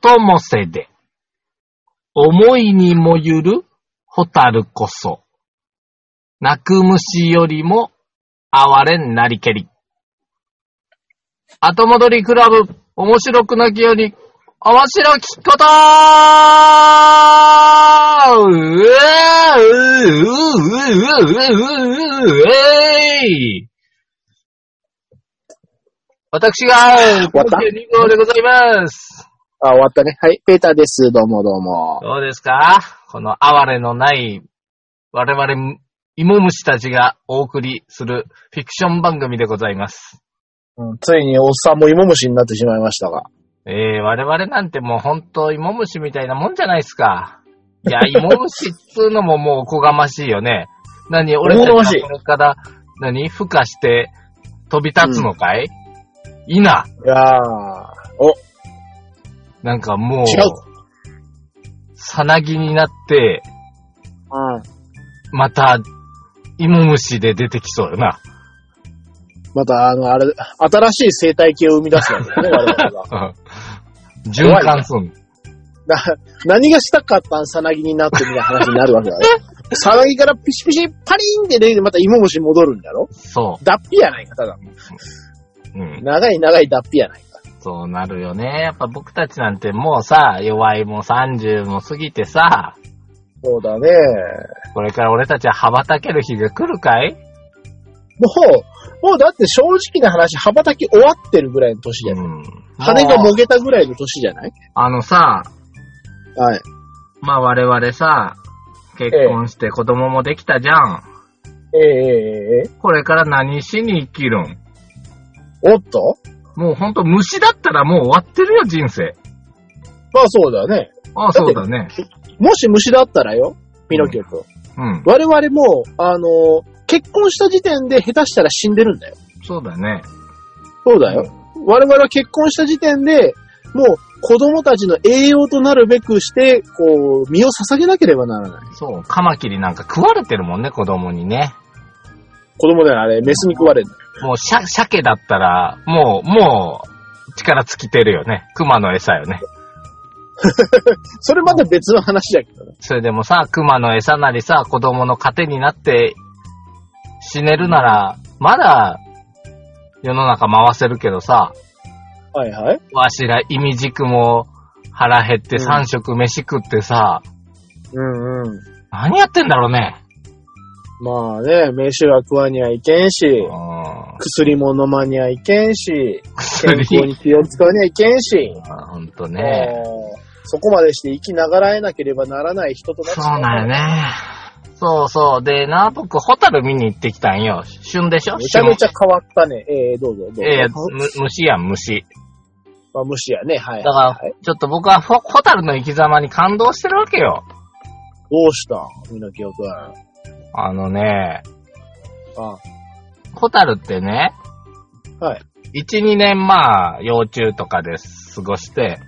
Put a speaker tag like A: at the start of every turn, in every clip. A: ともせで、思いにもゆる蛍こそ、泣く虫よりも哀れんなりけり。後戻りクラブ、面白くなきように、面白きことうえううううううえい私が、
B: 終わった
A: 2号でございます。
B: あ、終わったね。はい。ペーターです。どうもどうも。
A: どうですかこの哀れのない、我々、芋虫たちがお送りするフィクション番組でございます。
B: うん、ついにおっさんも芋虫になってしまいましたが。
A: えー、我々なんてもう本当芋虫みたいなもんじゃないですか。い や、芋虫っつうのももうおこがましいよね。何、俺
B: おこが
A: た
B: まし
A: ち
B: い
A: がこれから、何、孵化して飛び立つのかい、いいな。
B: いやー。お、
A: なんかもう
B: 違、
A: さなぎになって、
B: うん。
A: また、芋虫で出てきそうよな。
B: また、あの、あれ、新しい生態系を生み出すんだよ ね、我々が。
A: うん循環すん。
B: な何がしたかったんさなぎになってみたいな話になるわけだね。 さなぎからピシピシパリーンって出て、また芋虫に戻るんだろ
A: そ
B: 脱皮やないか、ただ。
A: う。うん。
B: 長い長い脱皮やないか。
A: そうなるよね。やっぱ僕たちなんてもうさ、弱いも30も過ぎてさ、
B: そうだね。
A: これから俺たちは羽ばたける日が来るかい
B: もう、もうだって正直な話、羽ばたき終わってるぐらいの年じゃ
A: う
B: ない、
A: ん。
B: 羽が
A: も
B: も
A: う
B: げたぐらいの年じゃない
A: あのさ、
B: はい。
A: まあ我々さ、結婚して子供もできたじゃん。
B: ええええええ
A: これから何しに生きるん
B: おっと
A: もうほんと虫だったらもう終わってるよ、人生。
B: まあそうだね。
A: ああ、
B: だっ
A: そう
B: て
A: だね。
B: もし虫だったらよ、ピノキオ君。
A: うん。
B: 我々も、あの結婚した時点で下手したら死んでるんだよ。
A: そうだね。
B: そうだよ。我々は結婚した時点で、もう子供たちの栄養となるべくして、こう、身を捧げなければならない。
A: そう、カマキリなんか食われてるもんね、子供にね。
B: 子供だよ、あれ、メスに食われるんだよ。
A: もう、シャ、鮭だったら、もう、もう、力尽きてるよね。熊の餌よね。
B: それまた別の話だけどね。
A: それでもさ、熊の餌なりさ、子供の糧になって、死ねるなら、まだ、世の中回せるけどさ、
B: はいはい。
A: わしら、意味軸も腹減って
B: うん
A: 3食飯食ってさ、
B: うんうん。
A: 何やってんだろうね。
B: まあね、飯は食わにゃいけんし
A: う、ん。
B: 薬も飲まにゃいけん し、健康
A: 薬。
B: に気を使わにゃいけんし、
A: あほんとね。
B: もうそこまでして生きながらえなければならない人となってし
A: そう
B: ま
A: なんよ。ね。そうそう。でな、僕、ホタル見に行ってきたんよ。旬でしょ
B: めちゃめちゃ変わったね。ええどうぞ、どうぞ。
A: ええ
B: む
A: む虫やん、虫。
B: まあ、虫やね。はい。
A: だから
B: はい、
A: ちょっと僕はホホタルの生き様に感動してるわけよ。
B: どうしたみのきおくん。あ
A: あのね、
B: あ
A: ホタルってね、
B: はい。
A: 1、2年まあ、幼虫とかで過ごして、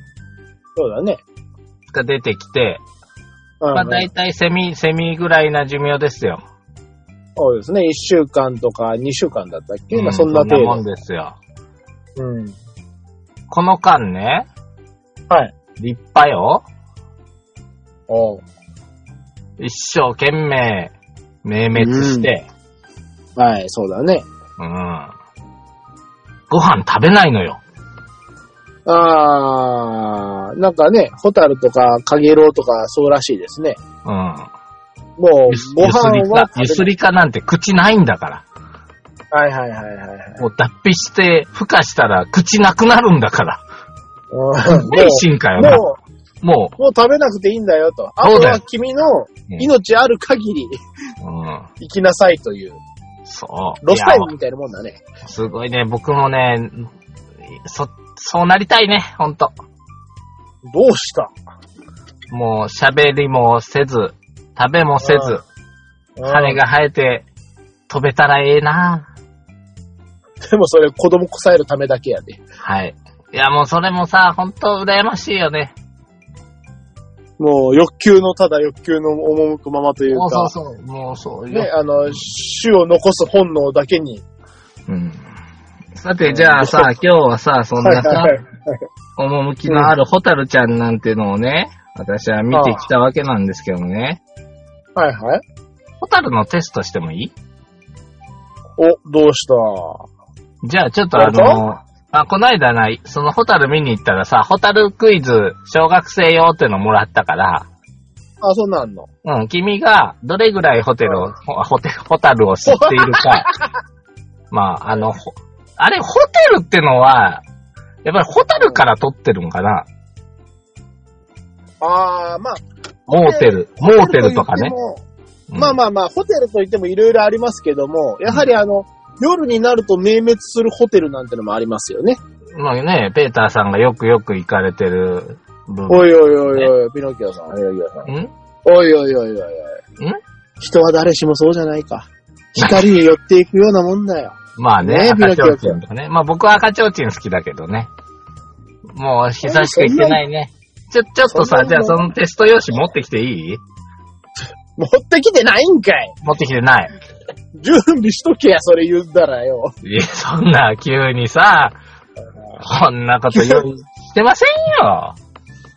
B: そうだね。
A: が出てきて、
B: うん、
A: まあ大体セミ、セミぐらいな寿命ですよ。
B: そうですね。一週間とか二週間だったっけ、
A: う
B: まあ
A: ん
B: そんな程
A: もん
B: 度。
A: ですよ。
B: うん。
A: この間ね、
B: はい。
A: 立派よ。
B: おう
A: 一生懸命、明滅して、
B: はい、そうだね。
A: うん。ご飯食べないのよ。
B: あー、なんかね、ホタルとかカゲロウとかそうらしいですね。
A: うん。
B: もう
A: ゆす、
B: ご飯
A: ゆすり
B: は
A: か、ゆす
B: り。
A: りかなんて口ないんだから。
B: はいはいはいはいはい。
A: もう脱皮して、孵化したら口なくなるんだから。
B: うん
A: 迷信かよ
B: も
A: な
B: う、。も
A: も
B: う、もう食べなくていいんだよと。あ
A: そう
B: と
A: だよ
B: は君の
A: う、うん
B: 命ある限り
A: うん。
B: 生きなさいという。
A: そう。
B: ロスタイム
A: い
B: みたいなもんだね。
A: やすごいね、僕もね、そ、そうなりたいね、ほんと。
B: どうした
A: もう喋りもせず、食べもせず、羽。が生えて、飛べたらええな
B: うんでもそれ子供こさえるためだけやで。
A: はい。いや、もうそれもさ、ほんと羨ましいよね。
B: もう欲求の、ただ欲求の赴くままという
A: もうそう
B: か、
A: そう、もうそうよ。
B: ね、あの、種を残す本能だけに、
A: うん。さて、じゃあさ、今日はさ、そん
B: は
A: な
B: いはい
A: さ
B: は、い。
A: 趣のあるホタルちゃんなんてのをね、私は見てきたわけなんですけどね。
B: はいはい。
A: ホタルのテストしてもいい
B: お、どうした
A: じゃあちょっとあの、あ、こないだな、そのホタル見に行ったらさ、ホタルクイズ、小学生用ってのもらったから、
B: あ、そうなんの。
A: うん、君がどれぐらいホテルを、ほホテル、ホタルを知っているか。まあ、あの、ほあれ、ホテルってのは、やっぱりホタルから取ってるんかな
B: あー、まあ、
A: モーテル、モーテルとかね。
B: ホテ
A: う
B: ルと言って
A: ん
B: も。まあまあまあ、ホテルといってもいろいろありますけども、やはりあの、夜になると明滅するホテルなんてのもありますよね。
A: まあね、ペーターさんがよくよく行かれてる部分。
B: おいおいおいおい、ピノキオさん、ピノキオさん。
A: ん
B: おいおいおいおいおい。
A: ん
B: 人は誰しもそうじゃないか。光に寄っていくようなもんだよ。
A: まあね、
B: ね
A: 赤ちょうちんとかね。まあ僕は赤ちょうちん好きだけどね。もう久しく行ってないね。ちょ、ちょっと
B: そ
A: さ、
B: んなの
A: じゃあそのテスト用紙持ってきていい
B: 持ってきてないんかい
A: 持ってきてない。
B: 準備しとけや、それ言ったらよ。
A: いや、そんな急にさ、こんなこと用意してませんよ。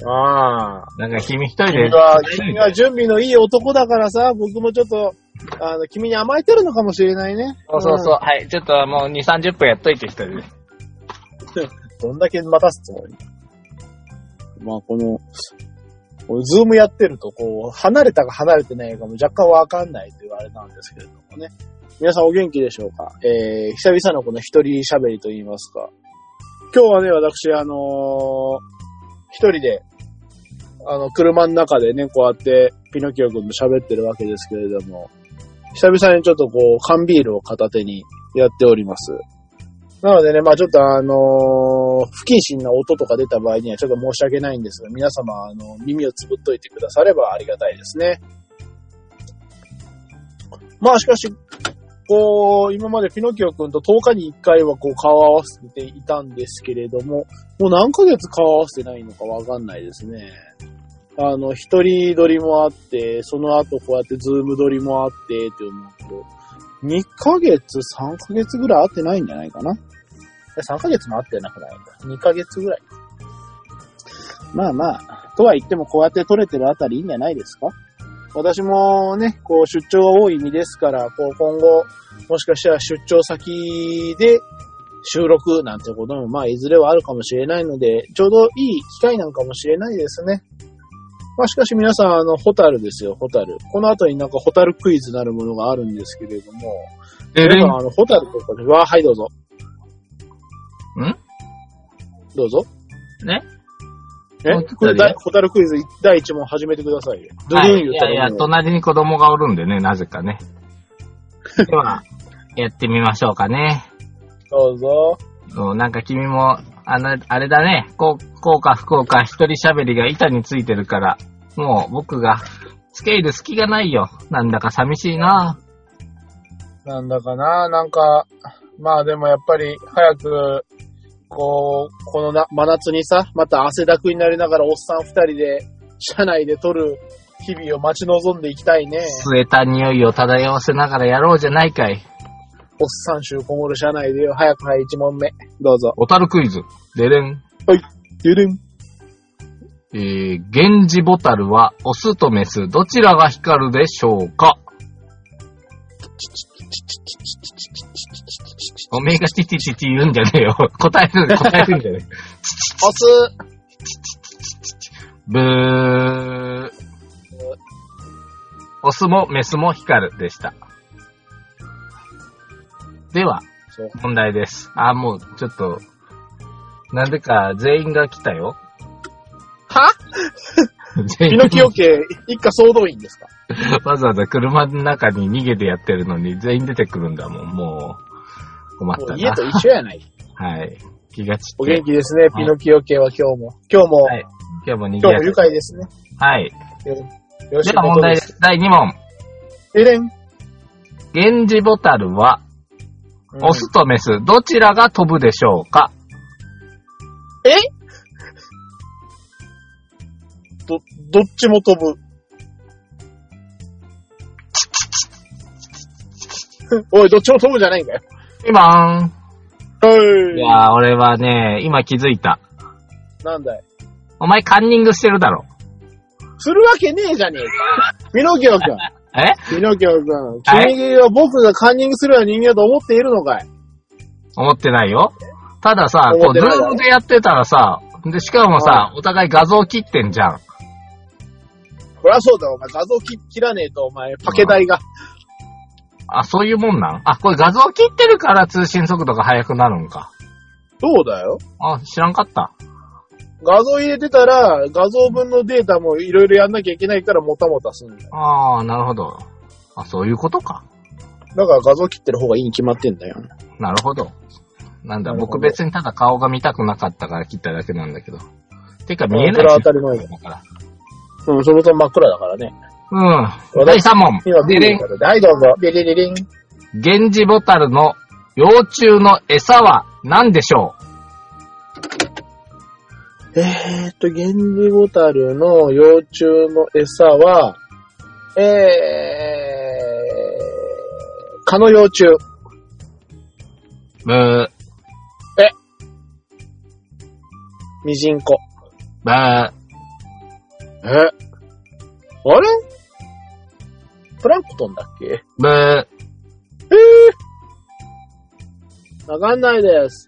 B: ああ。
A: なんか君一人で
B: 君。は、君は準備のいい男だからさ、僕もちょっと、あの、君に甘えてるのかもしれないね。
A: そうそうそう。はい。ちょっともう2、30分やっといて一人で。
B: うん。どんだけ待たすつもりまあ、この、俺ズームやってると、こう、離れたか離れてないかも若干わかんないというあれなんですけれどもね。皆さんお元気でしょうかえー、久々のこの一人喋りと言いますか。今日はね、私、あのー一人で、あの、車の中でね、こうやって、ピノキオ君と喋ってるわけですけれども、久々にちょっとこう、缶ビールを片手にやっております。なのでね、まあちょっとあのー不謹慎な音とか出た場合にはちょっと申し訳ないんですが、皆様、あの、耳をつぶっといてくださればありがたいですね。まあしかし、こう、今までピノキオ君と10日に1回はこう顔を合わせていたんですけれども、もう何ヶ月顔を合わせてないのかわかんないですね。あの、一人撮りもあって、その後こうやってズーム撮りもあって、って思うと、2ヶ月、3ヶ月ぐらい会ってないんじゃないかな。3ヶ月も会ってなくないんだ。2ヶ月ぐらいか。まあまあ、とは言ってもこうやって取れてるあたりいいんじゃないですか私もね、こう出張が多い身ですから、こう今後、もしかしたら出張先で収録なんてことも、まあいずれはあるかもしれないので、ちょうどいい機会なんかもしれないですね。まあしかし皆さん、あの、ホタルですよ、ホタル。この後になんかホタルクイズなるものがあるんですけれども、
A: で
B: 皆さんあの、ホタルとかで、わあ、はい、どうぞ。
A: ん
B: どうぞ。
A: ね
B: え
A: もうちょっと
B: これ
A: だ
B: だ
A: よ、
B: ホタルクイズ第1問始めてくださいよ。ドゥ
A: は
B: ル
A: い、
B: ン言
A: い
B: った
A: やい
B: ら
A: や、
B: もう
A: 隣に子供がおるんでね、なぜかね。 では、やってみましょうかね。
B: どうぞ。
A: うんなんか君も、あの、あれだね、こう、こうか不幸か一人喋りが板についてるから、もう僕が、スケール隙がないよ。なんだか寂しいな。
B: なんだかな、なんか、まあでもやっぱり早く、こう、このな真夏にさ、また汗だくになりながらおっさん二人で、車内で撮る日々を待ち望んでいきたいね。
A: 吸えた匂いを漂わせながらやろうじゃないかい。
B: おっさん集こもる車内でよ。早くはい、1問目。どうぞ。
A: 小樽クイズ。でれん。
B: ドゥルン。
A: えー、源氏ボタルは、オスとメス、どちらが光るでしょうかおめえがチチチチ言うんじゃねえよ。 答える、答えるんじゃねえ。
B: オス。
A: ブー。オスもメスも光るでした。では、
B: そう
A: 問題です。あ、もう、ちょっと、なぜか全員が来たよ。
B: は
A: 全
B: ピ
A: 員
B: ノキオ家、一家総動員で すか
A: わざわざ車の中に逃げてやってるのに全員出てくるんだもん、もう。困っ
B: も
A: た
B: う家
A: な
B: と。一緒 やない。
A: はい。気がちっ
B: お
A: て
B: 元。気ですね、ピノキオ家は今日も。今日も、
A: はい今日も逃げ
B: 今日
A: や
B: も愉快ですね。
A: はい。
B: よよろし
A: で
B: いこ
A: は問
B: と
A: 題
B: で。
A: ですす。第2問。
B: エレン。
A: 源氏ボタルは、
B: うん
A: オスとメス、どちらが飛ぶでしょうか
B: えど、どっちも飛ぶ。 おい、どっちも飛ぶじゃないんだよ。
A: 今ーん。
B: はい
A: いやー、俺はね、今気づいた。
B: なんだい。
A: お前カンニングしてるだろ。
B: するわけねえじゃねえ か。ピノキオ君。
A: え
B: ピノキオ君。
A: はい
B: 君は僕がカンニングするような人間だと思っているのかい
A: 思ってないよ。たださ、こ
B: 思っ
A: う、
B: て
A: ズ
B: ない
A: ームでやってたらさ、で、しかもさ、お互い画像切ってんじゃん。
B: そりゃそうだよ、お前。画像切切らねえと、お前、パケ代が。
A: あ、そういうもんなんあ、これ画像切ってるから通信速度が速くなるんか。
B: そうだよ。
A: あ、知らんかった。
B: 画像入れてたら、画像分のデータもいろいろやんなきゃいけないから、もたもたすんだよ。
A: あー、なるほど。あ、そういうことか。
B: だから画像切ってる方がいいに決まってんだよ。
A: なるほど。なんだ、
B: なるほど
A: 僕別にただ顔が見たくなかったから切っただけなんだけど。てか見え
B: うん
A: な
B: そ
A: い
B: れは
A: し
B: 当たり前だよ。
A: だから。
B: うん、そのと真っ暗だからね。
A: うん。
B: 私
A: 第3問。
B: 今、
A: で
B: ビー
A: れ
B: ル
A: ん
B: だとはい、どうぞ。ビリリリン。
A: 源氏ボタルの幼虫の餌は何でしょ
B: えーっと、ゲンジボタルの幼虫の餌は、えー、蚊の幼虫。
A: うブー、
B: ミジンコ。
A: ブー。
B: えあれプランクトンだっけ
A: ブー。
B: わかんないです。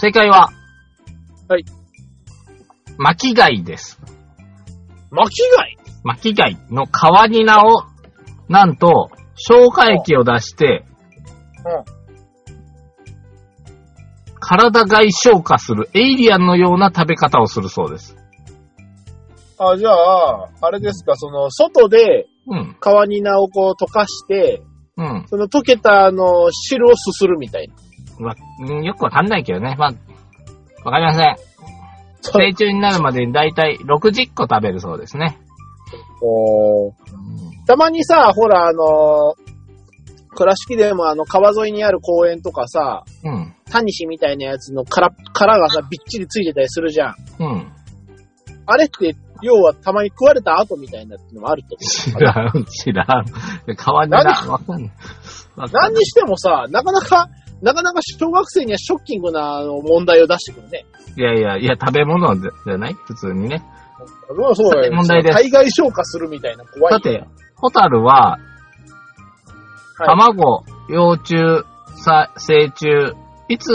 A: 正解は
B: はい。
A: 巻貝です。
B: 巻貝
A: 巻貝の皮になを、なんと、消化液を出して、
B: うん
A: 体外消化するエイリアンのような食べ方をするそうです。
B: あ、じゃあ、あれですか、その、外で
A: うん。
B: 川に名をこう溶かして、
A: うん。
B: その溶けたあの、汁をすするみたいな。
A: わうんよくわかんないけどね。まあ、わかりません。
B: そ
A: 成虫になるまでにだいたい60個食べるそうですね。
B: おーたまにさ、ほら、あのー倉敷でもあの、川沿いにある公園とかさ、
A: うん。
B: タニシみたいなやつの殻、殻がさ、びっちりついてたりするじゃん。
A: うん。
B: あれって、要はたまに食われた後みたいなってのもあると
A: 知
B: 思う。
A: らん、知らん。川にな、
B: 何
A: わかんない。わか
B: 何
A: ん
B: にしてもさ、なかなか、なかなか小学生にはショッキングなあの問題を出してくるね。
A: いやいや、いや、食べ物じゃない普通にね。
B: そうそうだよ
A: 問題です
B: 海外消化するみたいな怖い。
A: さて、ホタルは、
B: い
A: 卵、幼虫、さ成虫、いつ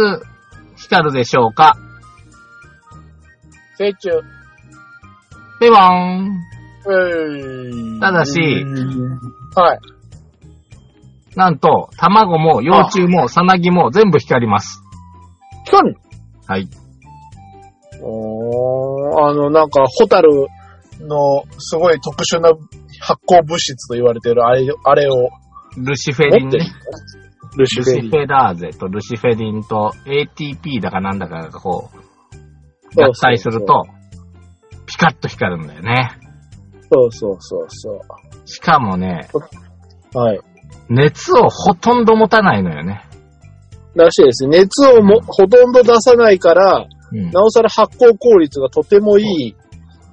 A: 光るでしょうか
B: 成虫。
A: ではーん。
B: うーん
A: ただし
B: うーんはい。
A: なんと、卵も幼虫もさなぎも全部光ります。
B: 光る
A: はい。
B: おーあの、なんか、ホタルのすごい特殊な発光物質と言われてるあれあれを
A: ルシフェリ
B: 持
A: ン
B: ってる
A: ね。
B: ルシ
A: ル
B: フェ
A: シ
B: リ
A: フ
B: ー。
A: ェラーゼとルシフェリンと ATP だかなんだかがこう、
B: そうそうそう
A: 合体すると、ピカッと光るんだよね。
B: そうそうそうそ
A: しかもね、
B: う。はい。
A: 熱をほとんど持たないのよね。
B: らしいですね。熱をもほとんど出さないから、
A: うん。
B: なおさら発光効率がとてもいい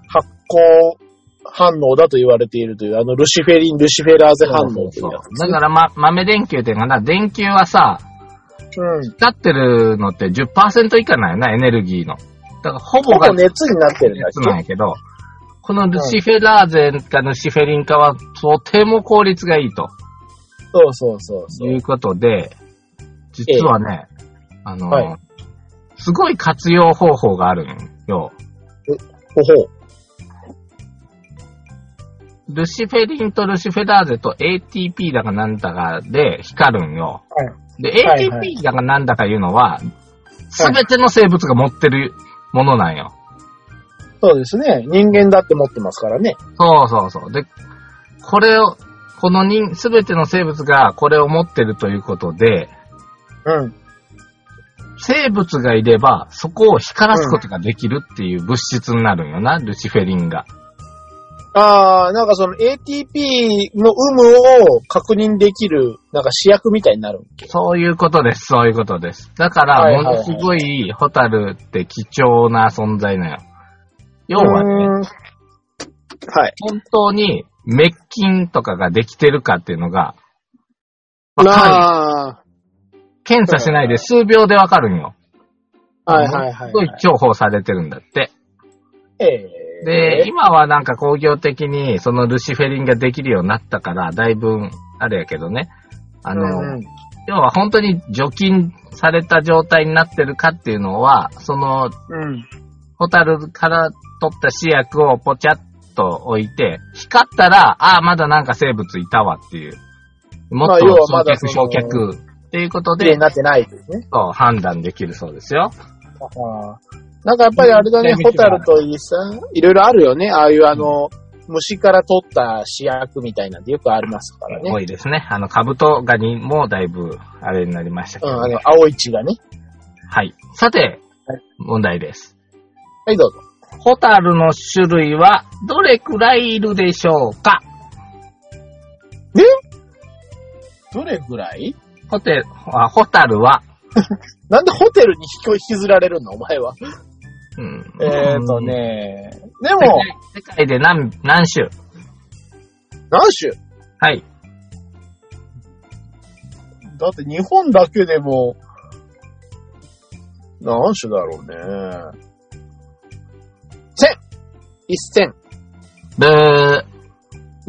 B: 発光反応だと言われているという、あの、ルシフェリン、ルシフェラーゼ反応というやつ
A: そうそうそうだから、ま、豆電球っていうかな、電球はさ、
B: うん。
A: 光ってるのって10%以下なんやな、エネルギーの。だから、ほぼ
B: ほ
A: が
B: ぼ熱になってるんだ
A: 熱なん
B: っ
A: やけど、このルシフェラーゼかルシフェリンかは、とても効率がいいと
B: けそうそうそうそう
A: い。うことで、実はね、あの、
B: はい
A: すごい活用方法があるんよ。
B: ほほう。
A: ルシフェリンとルシフェラーゼと ATP だかなんだかで光るんよ。
B: は
A: で、
B: はいはい
A: ATP だかなんだかいうのは、すべての生物が持ってるものなんよ。
B: そうですね。人間だって持ってますからね。
A: そうそうそう。で、これを、この人、すべての生物がこれを持ってるということで、
B: うん。
A: 生物がいれば、そこを光らすことができるっていう物質になるんよな、ルシフェリンが。
B: ああ、なんかその ATP の有無を確認できる、なんか試薬みたいになる。
A: そういうことです、そういうことです。だから、
B: はいは
A: も
B: い
A: の
B: はい
A: すごいホタルって貴重な存在なのよ。要はね、
B: うーんはい。
A: 本当に滅菌とかができてるかっていうのが、わかる。
B: ああ、
A: 検査しないで数秒でわかるんよ。
B: はいはいはい、
A: すごい重宝されてるんだって。
B: えー、
A: で、今はなんか工業的にそのルシフェリンができるようになったから、だいぶ、あれやけどね。あの、
B: うん
A: 要は本当に除菌された状態になってるかっていうのは、その、
B: うん。
A: ホタルから取った試薬をポチャっと置いて、光ったら、ああ、まだなんか生物いたわっていう。も
B: ま
A: っ
B: あ
A: と
B: 要はま
A: 焼
B: だ
A: 却、
B: その
A: 焼却っていうこと
B: 綺麗
A: で
B: に、なってないですね。
A: そう判断できるそうですよ。
B: ああなんかやっぱりあれだね、
A: うん
B: ホタルといいさ、いろいろあるよね。ああいうあの、虫から取った試薬みたいなんてよくありますからね
A: 多。いですね。あの、カブトガニもだいぶ、あれになりましたけ
B: うん、
A: ど、
B: あ
A: ね
B: の、青い血がね。
A: はい。さて
B: は、
A: 問題です。
B: はい、どうぞ。
A: ホタルの種類はどれくらいいるでしょうか
B: どれぐらい
A: ホテル、あホタルは、
B: なんでホテルに引き引きずられるのお前は。
A: うん
B: えーと。ね。で
A: うん世
B: も
A: 界、世界で何、何種
B: 何種
A: はい。
B: だって日本だけでも、何種だろうね。千一千。
A: ブー。
B: え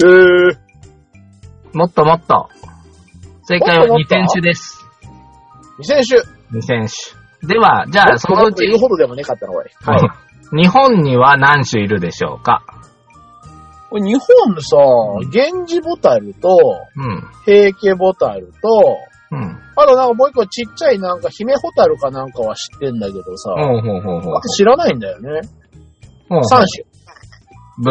B: ー、
A: もっともっと。正解は
B: もっともっと
A: 2000種です。
B: 二千種。
A: 2000種。では、じゃあ、そのうち、
B: 言うほどでもねえかったな、おい。
A: はい日本には何種いるでしょうか
B: これ日本のさ、源氏ボタルと、
A: うん。
B: 平家ボタルと、
A: うん。
B: あとなんかもう一個ちっちゃいなんか姫ホタルかなんかは知ってんだけどさ、
A: ほうほうほうほう
B: あと知らないんだよね。
A: ほう。
B: 三
A: ブ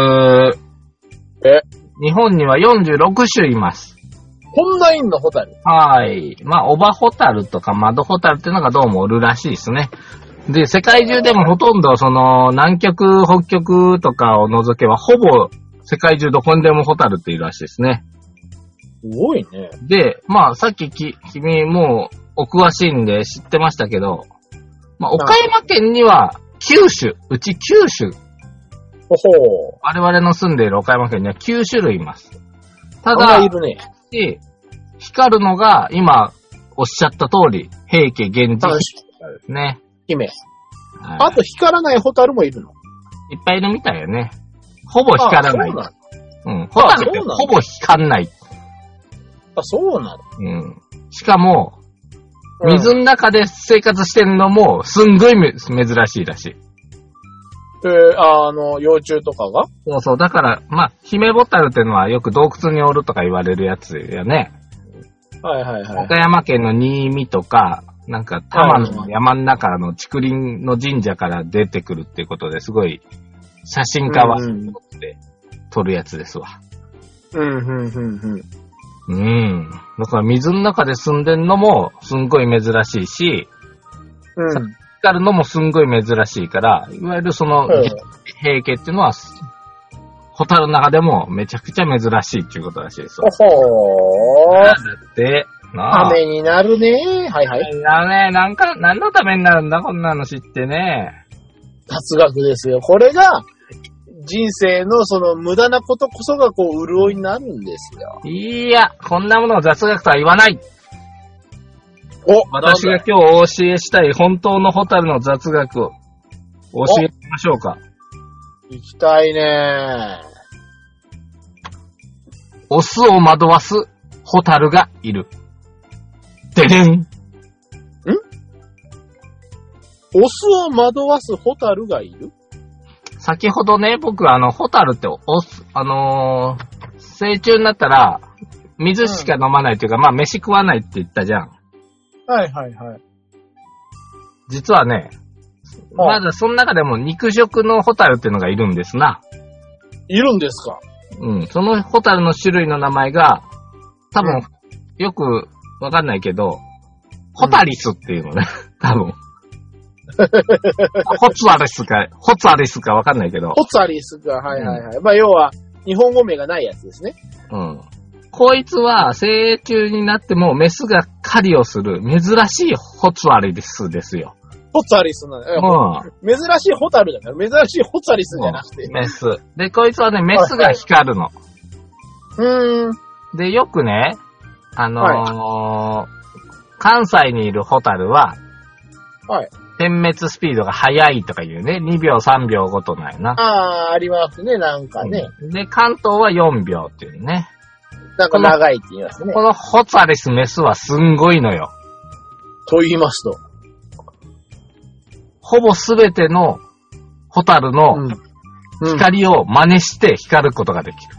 A: ー。
B: え
A: 日本には46種います。
B: 種。こんないんのホタル。
A: はい。まあ、オバホタルとかマドホタルっていうのがどうもおるらしいですね。で、世界中でもほとんど、その、南極、北極とかを除けば、ほぼ、世界中どこにでもホタルっているらしいですね。
B: すごいね。
A: で、まあ、さっきき、君もう、お詳しいんで知ってましたけど、まあ、岡山県には9種、うち9種、
B: ほほー。
A: 我々の住んでいる岡山県には9種類います。た
B: た
A: だ
B: い、るね。
A: し光るのが、今、おっしゃった通り、平家源
B: 三
A: 氏
B: 種。
A: ですね。
B: 姫。
A: はい
B: あと光らないホタルもいるの。
A: いっぱいいるみたいよね。ほぼ光らない。
B: あそうなの
A: うん。ホタルって
B: そうなの
A: ほぼ光らない。
B: あ、そうなの
A: うん。しかも、
B: うん
A: 水の中で生活してるのも、すんごいめ珍しいらしい。
B: えー、あの、幼虫とかが
A: そうそう。だから、まあ、ヒメボタルってのはよく洞窟におるとか言われるやつやね。
B: はいはいはい。
A: 岡山県の新見とか、なんか、多摩の山の中の竹林の神社から出てくるっていうことですごい、写真家は
B: うんうん
A: 撮って撮るやつですわ。
B: うん、うん、うん、うん。
A: うん。だから水の中で住んでんのもすんごい珍しいし、
B: うん。
A: 光るのもすんごい珍しいから、いわゆるその
B: うん
A: 平家っていうのは、ホタルの中でもめちゃくちゃ珍しいっていうことらしいですよ。
B: ほほー
A: だ。って、なあ。
B: 雨になるね。はいはい。
A: だね、なんか、何のためになるんだ、こんなの知ってね。
B: 雑学ですよ。これが、人生のその無駄なことこそがこう、潤いになるんですよ。
A: いや、こんなものを雑学とは言わない。
B: お
A: 私が今日お教えしたい本当のホタルの雑学を教えてみましょうか。
B: 行きたいね。
A: オスを惑わすホタルがいる。ででん
B: オスを惑わすホタルがいる
A: 先ほどね、僕あの、ホタルってオス、あのー成虫になったら、水しか飲まないというか、まあ、飯食わないって言ったじゃん。
B: はいはいはい。
A: 実はね、まだその中でも肉食のホタルっていうのがいるんですな。
B: いるんですか
A: うん。そのホタルの種類の名前が、多
B: う
A: 分
B: ん、
A: よくわかんないけど、ホタリスっていうのね、 多 分。ホツアリスか、ホツアリスかわかんないけど、
B: ホツアリスが、はいはいはい。まあ要は、日本語名がないやつですね。
A: うん。こいつは、成虫になっても、メスが狩りをする、珍しいホツアリスですよ。
B: ホツアリスなの。え
A: うん。
B: 珍しいホタルじゃない。珍しいホツアリスじゃなくて。
A: メス。で、こいつはね、メスが光るの。
B: うーん。
A: で、よくね、あのー関西にいるホタルは、
B: はい。
A: 点滅スピードが速いとか言うね。2秒3秒ごとなんやな。
B: ああー、ありますね、なんかね。
A: で、関東は4秒っていうね。
B: なんか長いって言いますね
A: こ。のホツァレスメスはすんごいのよ。
B: と言いますと。
A: ほぼすべてのホタルの
B: ん。うん、
A: 光を真似して光ることができる。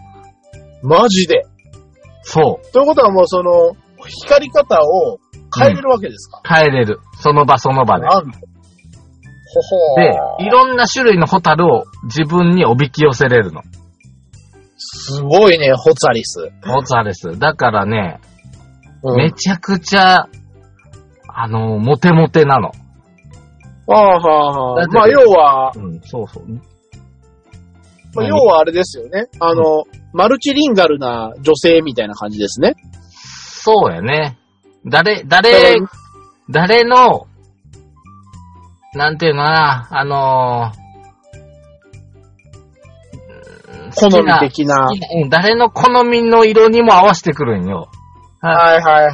B: マジで。
A: そう。
B: ということはもうその、光り方を変えれるわけですか、
A: 変えれる。その場その場で。
B: なんと。ほほ
A: で
B: ー。、
A: いろんな種類のホタルを自分におびき寄せれるの。
B: すごいね、ホツァリス。
A: ホツァレス。だからね、
B: うん
A: めちゃくちゃ、あの、モテモテなの。
B: ああ、はあ、
A: だっ
B: はあ。
A: て
B: まあ、要は、
A: うん、そうそう。
B: ま
A: 何
B: あ、要はあれですよね。あの、マルチリンガルな女性みたいな感じですね。
A: そうやね。誰、誰、
B: だか
A: 誰の、なんていうのかな、あのー、
B: 好
A: 好き
B: み的な
A: 好。きなうん誰の好みの色にも合わせてくるんよ。
B: はいはいはいはい、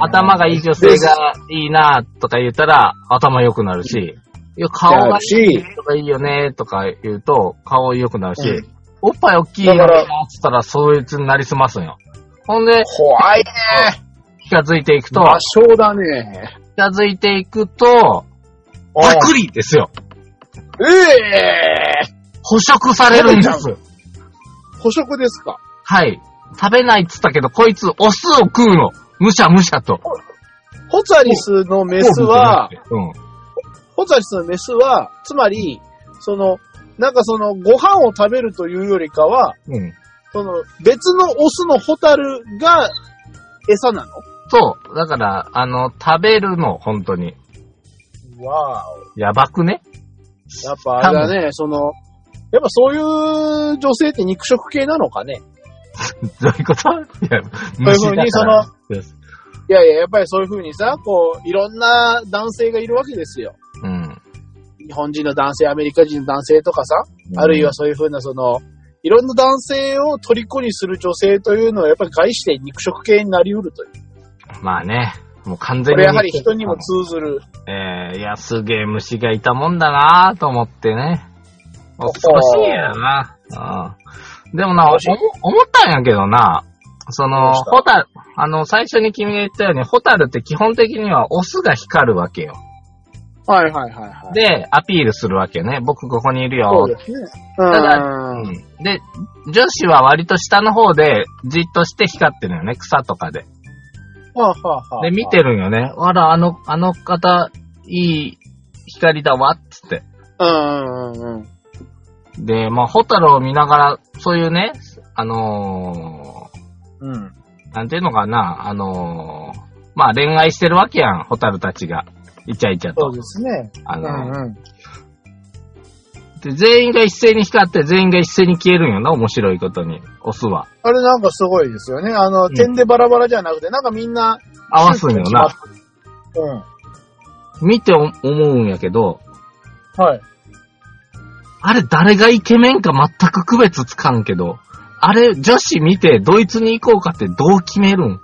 A: あ頭がいい女性がいいなとか言ったら頭良くなるし、いや顔がいいとかいいよねとか言うと顔良くなるし、
B: うん
A: おっぱい大きいよねって言ったらそいつになりすますんよ。ほんで、
B: 怖いね。
A: 近づいていくと、
B: 場所だね。
A: 近づいていくと、パクリですよ。
B: うんええ
A: 捕食されるんです。
B: 捕食ですか
A: はい。食べないっつったけど、こいつ、オスを食うの。むしゃむしゃと。
B: ホツァリスのメスは、
A: うん。
B: ホツァリスのメスは、つまり、その、なんかその、ご飯を食べるというよりかは、
A: うん。
B: その、別のオスのホタルが餌なの
A: そう。だから、あの、食べるの、本当に。
B: わお。
A: やばくね
B: やっぱあれだね、その、やっぱそういう女性って肉食系なのかね。
A: どういうこといや、
B: ういうふうに
A: 虫だからです
B: いやいや、やっぱりそういう風にさ、こう、いろんな男性がいるわけですよ。
A: うん。
B: 日本人の男性、アメリカ人の男性とかさ、あるいは、そういう風な、その、いろんな男性を虜にする女性というのは、やっぱり外して肉食系になりうるという。
A: まあね、もう完
B: こ
A: 全に。
B: れやはり人にも通ずる。
A: えー、いや、すげえ虫がいたもんだなぁと思ってね。
B: お
A: 恐ろしいやな。うん。でもな、おも
B: 恐ろ
A: 思ったんやけどな、そ
B: どう
A: の、
B: した
A: ホタル、あの、最初に君が言ったように、ホタルって基本的にはオスが光るわけよ。
B: はいはいはいは。
A: で、アピールするわけよね。僕ここにいる
B: そう
A: よ。
B: ですね。
A: ただ
B: うん。
A: うんで、女子は割と下の方でじっとして光ってるよね。草とかで。
B: はあはあはあ
A: で、見て。るんよね。あら、あの、あの方、いい光だわ、っつって。
B: うんうんうん。
A: で、まあ、ホタルを見ながら、そういうね、あの
B: うん。
A: ー、なんていうのかな、あのー、まあ、恋愛してるわけやん、ホタルたちが。イチャイチャ
B: そ
A: と
B: う。ですね。
A: あ
B: う
A: のー
B: んうん。
A: で、全員が一斉に光って、全員が一斉に消えるんよな、面白いことに。オスは。
B: あれなんかすごいですよね。あの、
A: ん
B: 点でバラバラじゃなくて、なんかみんな、
A: 合わすんよな。。
B: うん。
A: 見てお思うんやけど、
B: はい。
A: あれ誰がイケメンか全く区別つかんけど、あれ女子見てドイツに行こうかってどう決めるん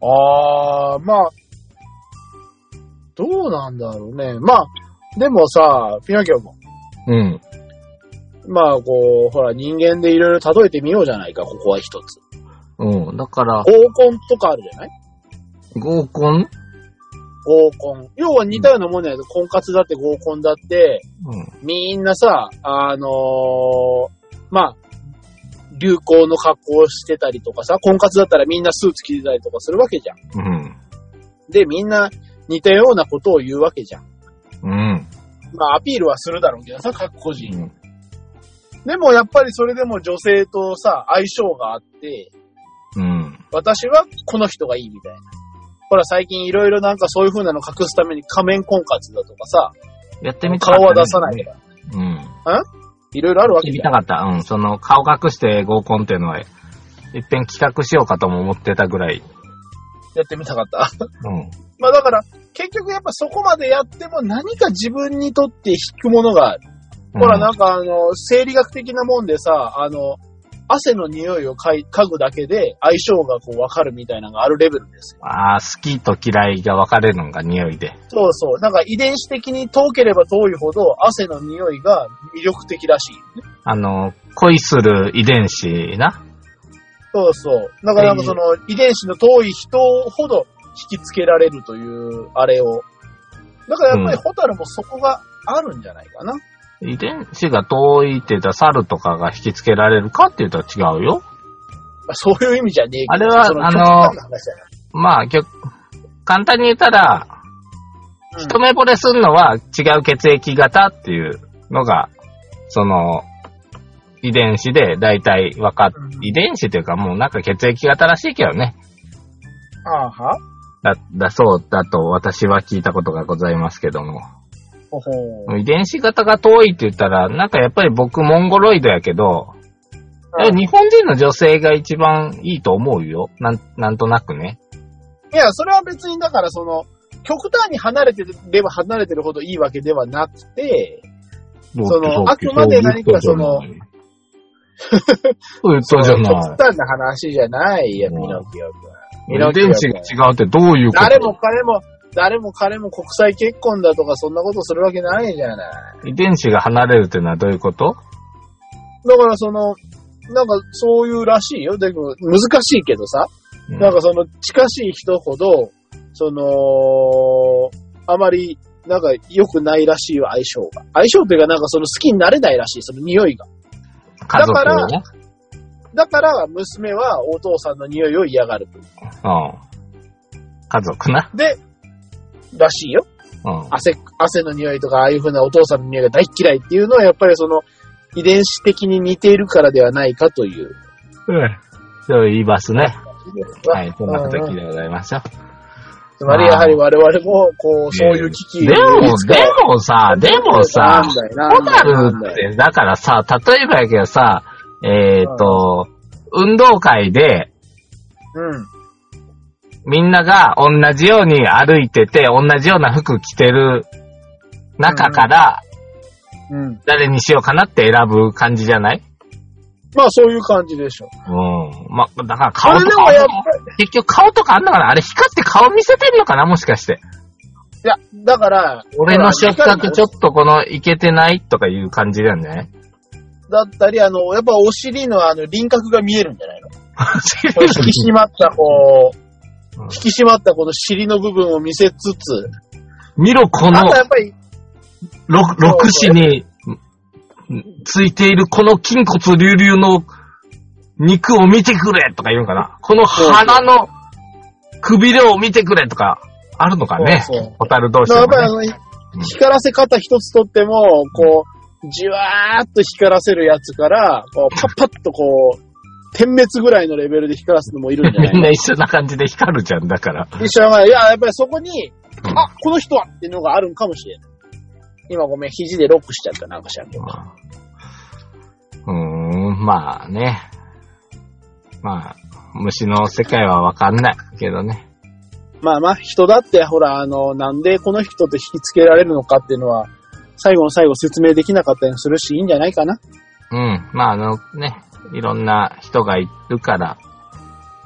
B: ああ、まあ、どうなんだろうね。まあ、でもさ、ピノキオも、
A: うん。
B: まあ、こう、ほら、人間でいろいろ例えてみようじゃないか、ここは一つ。
A: うん。だから、
B: 合コンとかあるじゃない
A: 合コン
B: 合コン。要は似たようなもんじゃない婚活だって合コンだって、
A: うん。
B: みんなさ、あのーまあ、流行の格好をしてたりとかさ、婚活だったらみんなスーツ着てたりとかするわけじゃん。
A: うん。
B: で、みんな似たようなことを言うわけじゃん。
A: うん。
B: まあ、アピールはするだろうけどさ、各個人。
A: うん
B: でもやっぱりそれでも女性とさ、相性があって、
A: うん。
B: 私はこの人がいいみたいな。ほら最近いろいろなんかそういう風なの隠すために仮面婚活だとかさ、
A: やってみたかった
B: 顔
A: ね
B: は出さないとか、
A: うん。
B: いろいろあるわけ
A: 見
B: じゃ
A: た
B: ん。
A: かった。うん。その、顔隠して合コンっていうのは、一遍企画しようかとも思ってたぐらい。
B: やってみたかった。
A: うん。
B: まあだから、結局やっぱそこまでやっても何か自分にとって引くものがある。ほらなんかあの、生理学的なもんでさ、あの、汗の匂いをかい嗅ぐだけで相性がこうわかるみたいなのがあるレベルですよ。
A: ああ、好きと嫌いが分かれるのが匂いで。
B: そうそう。なんか遺伝子的に遠ければ遠いほど汗の匂いが魅力的らしい。
A: あの、恋する遺伝子な。
B: そうそう。だからなんかその遺伝子の遠い人ほど引きつけられるというあれを。だからやっぱり
A: うん
B: ホタルもそこがあるんじゃないかな。
A: 遺伝子が遠いって言ったら猿とかが引きつけられるかって言ったら違うよ。
B: まあ、そういう意味じゃねえけど。
A: あれは
B: そ
A: あの
B: 極端な話だな
A: まあ、きょ簡単に言ったら、
B: うん
A: 一目惚れするのは違う血液型っていうのが、その、遺伝子で大体分かっ、
B: うん
A: 遺伝子というかもうなんか血液型らしいけどね。
B: ああは
A: だ、だそうだと私は聞いたことがございますけども。
B: ほほう
A: 遺伝子型が遠いって言ったら、なんかやっぱり僕モンゴロイドやけど、
B: うん
A: 日本人の女性が一番いいと思うよ。なん、なんとなくね。
B: いや、それは別に、だからその、極端に離れてれば離れてるほどいいわけではなくて、そのあくまで何かその
A: そう言ったじゃない。
B: 極端な話じゃないや、
A: うん
B: ミノキオ
A: 遺
B: 君。
A: 伝子が違うってどういうこと
B: 誰も彼も、誰も彼も国際結婚だとかそんなことするわけないじゃない。
A: 遺伝子が離れるっていうのはどういうこと
B: だからその、なんかそういうらしいよ。でも難しいけどさ、
A: うん
B: なんかその近しい人ほど、その、あまり、なんか良くないらしいよ、相性が。相性というかなんかその好きになれないらしい、その匂いが。
A: 家族をね。
B: だから、娘はお父さんの匂いを嫌がるとい
A: う
B: う。
A: ん。家族な。
B: で、らしいよ。
A: うん。
B: 汗、汗の匂いとか、ああいう風なお父さんの匂いが大嫌いっていうのは、やっぱりその、遺伝子的に似ているからではないかという。
A: そう言いますね。
B: は、
A: はいい。そんな形でございましょう。
B: つまり、やはり我々も、こう、そういう危機
A: でも、でもさ、でもさ、ホ
B: ホ
A: タルって、だからさ、例えばやけどさ、えっ、と、運動会で、
B: うん。
A: みんなが同じように歩いてて、同じような服着てる中から、
B: うん。
A: 誰にしようかなって選ぶ感じじゃない
B: まあ、そういう感じでしょう。
A: うん。ま、だから
B: あ
A: 顔
B: れ
A: と
B: で
A: か
B: も
A: あん
B: や
A: の
B: っぱり、
A: 結局顔とかあんのかなあれ光って顔見せてんのかなもしかして。
B: いや、だから、
A: 俺の触覚ちょっとこのいけてないとかいう感じだよね。
B: だったり、あの、やっぱお尻のあの、輪郭が見えるんじゃ ないのこう引き締まった、こう
A: うん、
B: 引き締まったこの尻の部分を見せつつ、
A: 見ろ、こ
B: あ
A: の
B: とやっぱり、
A: ろ六指にんついているこの筋骨隆々の肉を見てくれとか言うんかな。この腹のくびれを見てくれとか、あるのかね
B: そうそう。
A: ホタル同士
B: まあや
A: の
B: っぱりあ
A: ね。
B: の、光らせ方一つとっても、こう、じわーっと光らせるやつから、こう、パッパッとこう、点滅ぐらいのレベルで光らすのもいるんじゃない
A: みんな一緒な感じで光るじゃん、だから。
B: 一緒やないや、やっぱりそこに、
A: うん
B: あ、この人はっていうのがあるんかもしれない。今ごめん、肘でロックしちゃった、なんかしらんけど。
A: うーん、まあね。まあ、虫の世界はわかんないけどね。
B: まあまあ、人だって、ほら、あの、なんでこの人と引きつけられるのかっていうのは、最後の最後説明できなかったりもするし、いいんじゃないかな。
A: うん、まああのね、いろんな人がいるから、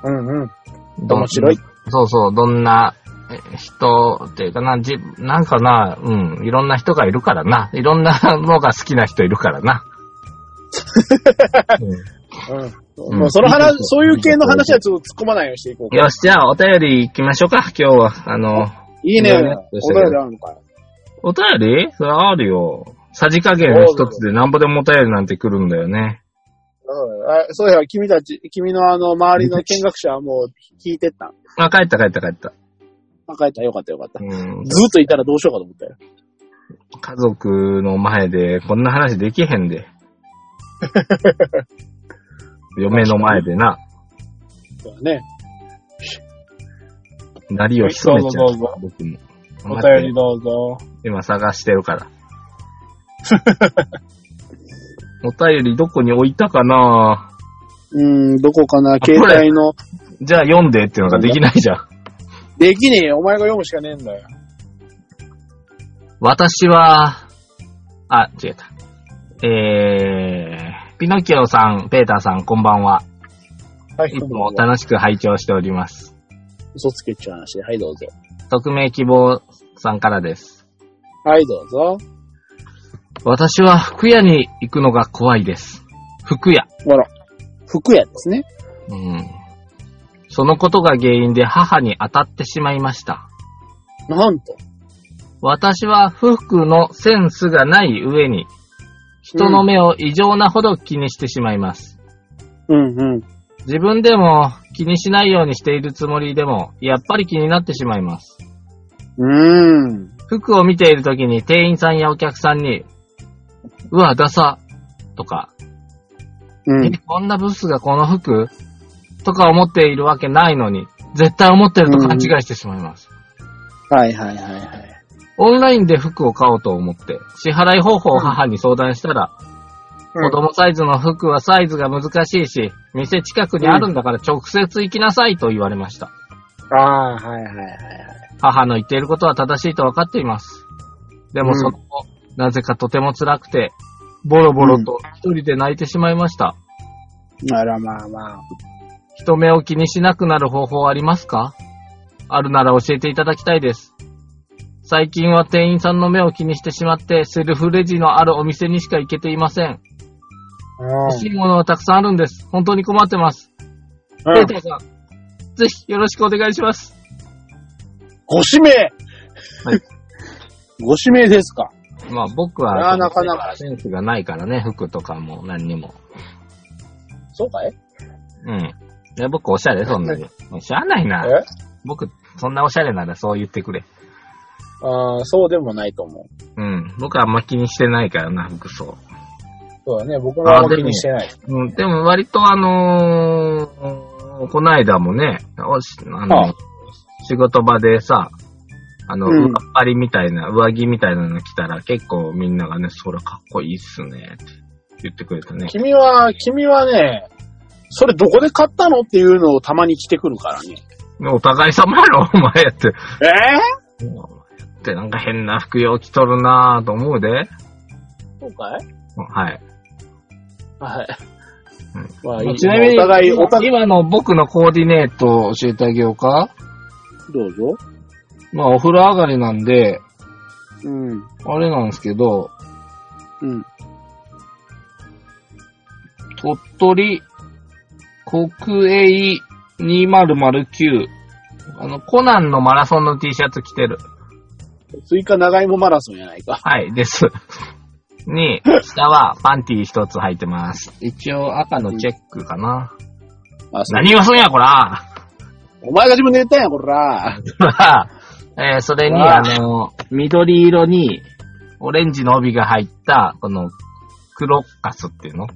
B: うんうん。
A: どん
B: 面白い。。
A: そうそう、どんなえ人っていうかな、じ、なんかな、うん、いろんな人がいるからな。いろんなのが好きな人いるから な。う
B: うん。
A: うん
B: もうその
A: いい
B: 話
A: こ、と
B: そういう系の話はちょっと突っ込まないようにしていこうんか。
A: よし、じゃあお便り行きましょうか、今日は。あの、
B: いいね。
A: い
B: お
A: い
B: 便
A: ね
B: りあるのか。
A: お便りそれあるよ。さじ加減の一つで何ぼでもお便りなんて来るんだよね。
B: うんあそういや、君たち、君のあの、周りの見学者はもう引いてったん。
A: あ、帰った帰った帰った。
B: あ、帰った、よかったよかった。ず
A: うん。
B: っといたらどうしようかと思ったよ。
A: 家族の前でこんな話できへん で。嫁の前でな、
B: そうだね。
A: なりを潜めちゃ
B: どう
A: う
B: ぞどうぞ。
A: 僕も。
B: お
A: 待って
B: 便りどうぞ。
A: 今探してるから。 お便りどこに置いたかな
B: うん、どこかな
A: これ
B: 携帯の。
A: じゃあ読んでっていうのができないじゃん。
B: できねえよ。お前が読むしかねえんだよ。
A: 私は、あ、違えた。えー、ピノキオさん、ペーターさん、こんばんは。
B: はい、
A: いつ
B: どう
A: も
B: も。
A: 楽しく拝聴しております。
B: 嘘つけっちゅう話で。はい、どうぞ。
A: 匿名希望さんからです。
B: はい、どうぞ。
A: 私は服屋に行くのが怖いです。服屋。
B: あら。服屋ですね。
A: うん。そのことが原因で母に当たってしまいました。
B: なんと。
A: 私は不服のセンスがない上に、人の目を異常なほど気にしてしまいます。
B: うんうん。
A: 自分でも気にしないようにしているつもりでも、やっぱり気になってしまいます。
B: うーん。
A: 服を見ているときに店員さんやお客さんに、うわ、ダサとか、
B: う
A: え
B: ん。
A: こんなブスがこの服とか思っているわけないのに、絶対思ってると勘違いしてしまいます。
B: はいはいはいはい。
A: オンラインで服を買おうと思って、支払い方法を母に相談したら、子供サイズの服はサイズが難しいし、店近くにあるんだから直接行きなさいと言われました。
B: ああー、はいはいはいはい。
A: 母の言っていることは正しいと分かっています。で
B: う
A: も
B: ん
A: その後、なぜかとても辛くて、ボロボロと一人で泣いてしまいました。
B: あらまあまあ。
A: 人目を気にしなくなる方法はありますかあるなら教えていただきたいです。最近は店員さんの目を気にしてしまって、セルフレジのあるお店にしか行けていません。欲しいものはたくさんあるんです。本当に困ってます。
B: う
A: ペ
B: ん
A: ーターさん、ぜひよろしくお願いします。
B: ご指名
A: はい
B: ご指名ですか
A: まあ僕
B: いや
A: は、
B: ーなかなか
A: センスがないからね、服とかも何にも。
B: そうかい
A: うん。いや、僕おしゃれ、そんなに。もう知らないな。
B: え
A: 僕、そんなおしゃれならそう言ってくれ。
B: ああ、そうでもないと思う。
A: うん。僕はあんま気にしてないからな、服装。
B: そうだね、僕もあんま気にしてない。
A: うん、でも割とあのー、こないだもね、おしあの
B: ああ
A: 仕事場でさ、あの、
B: うん
A: 上っ張りみたいな、上着みたいなの着たら結構みんながね、そらかっこいいっすね、って言ってくれたね。
B: 君は、君はね、それどこで買ったのっていうのをたまに着てくるからね。
A: お互い様やろ、 お前やって。
B: え
A: お前やってなんか変な服用着とるなぁと思うで。
B: ー、そうかい
A: はい。
B: はい。
A: う
B: まあ、
A: ちなみに、
B: お互い、お互い、
A: 今の僕のコーディネートを教えてあげようか。
B: どうぞ。
A: まあ、お風呂上がりなんで、
B: うん。
A: あれなんですけど、
B: うん。
A: 鳥取国営2009。あの、コナンのマラソンの T シャツ着てる。
B: スイカ長芋マラソンやないか。
A: はい、です。 に、下はパンティー一つ履いてます。一応赤のチェックかな。
B: あ、そう。
A: 何がすんや、こら
B: お前が自分で言ったんや、こら。
A: えーそれに、
B: うわ
A: あの、緑色に、オレンジの帯が入った、この、クロッカスっていうの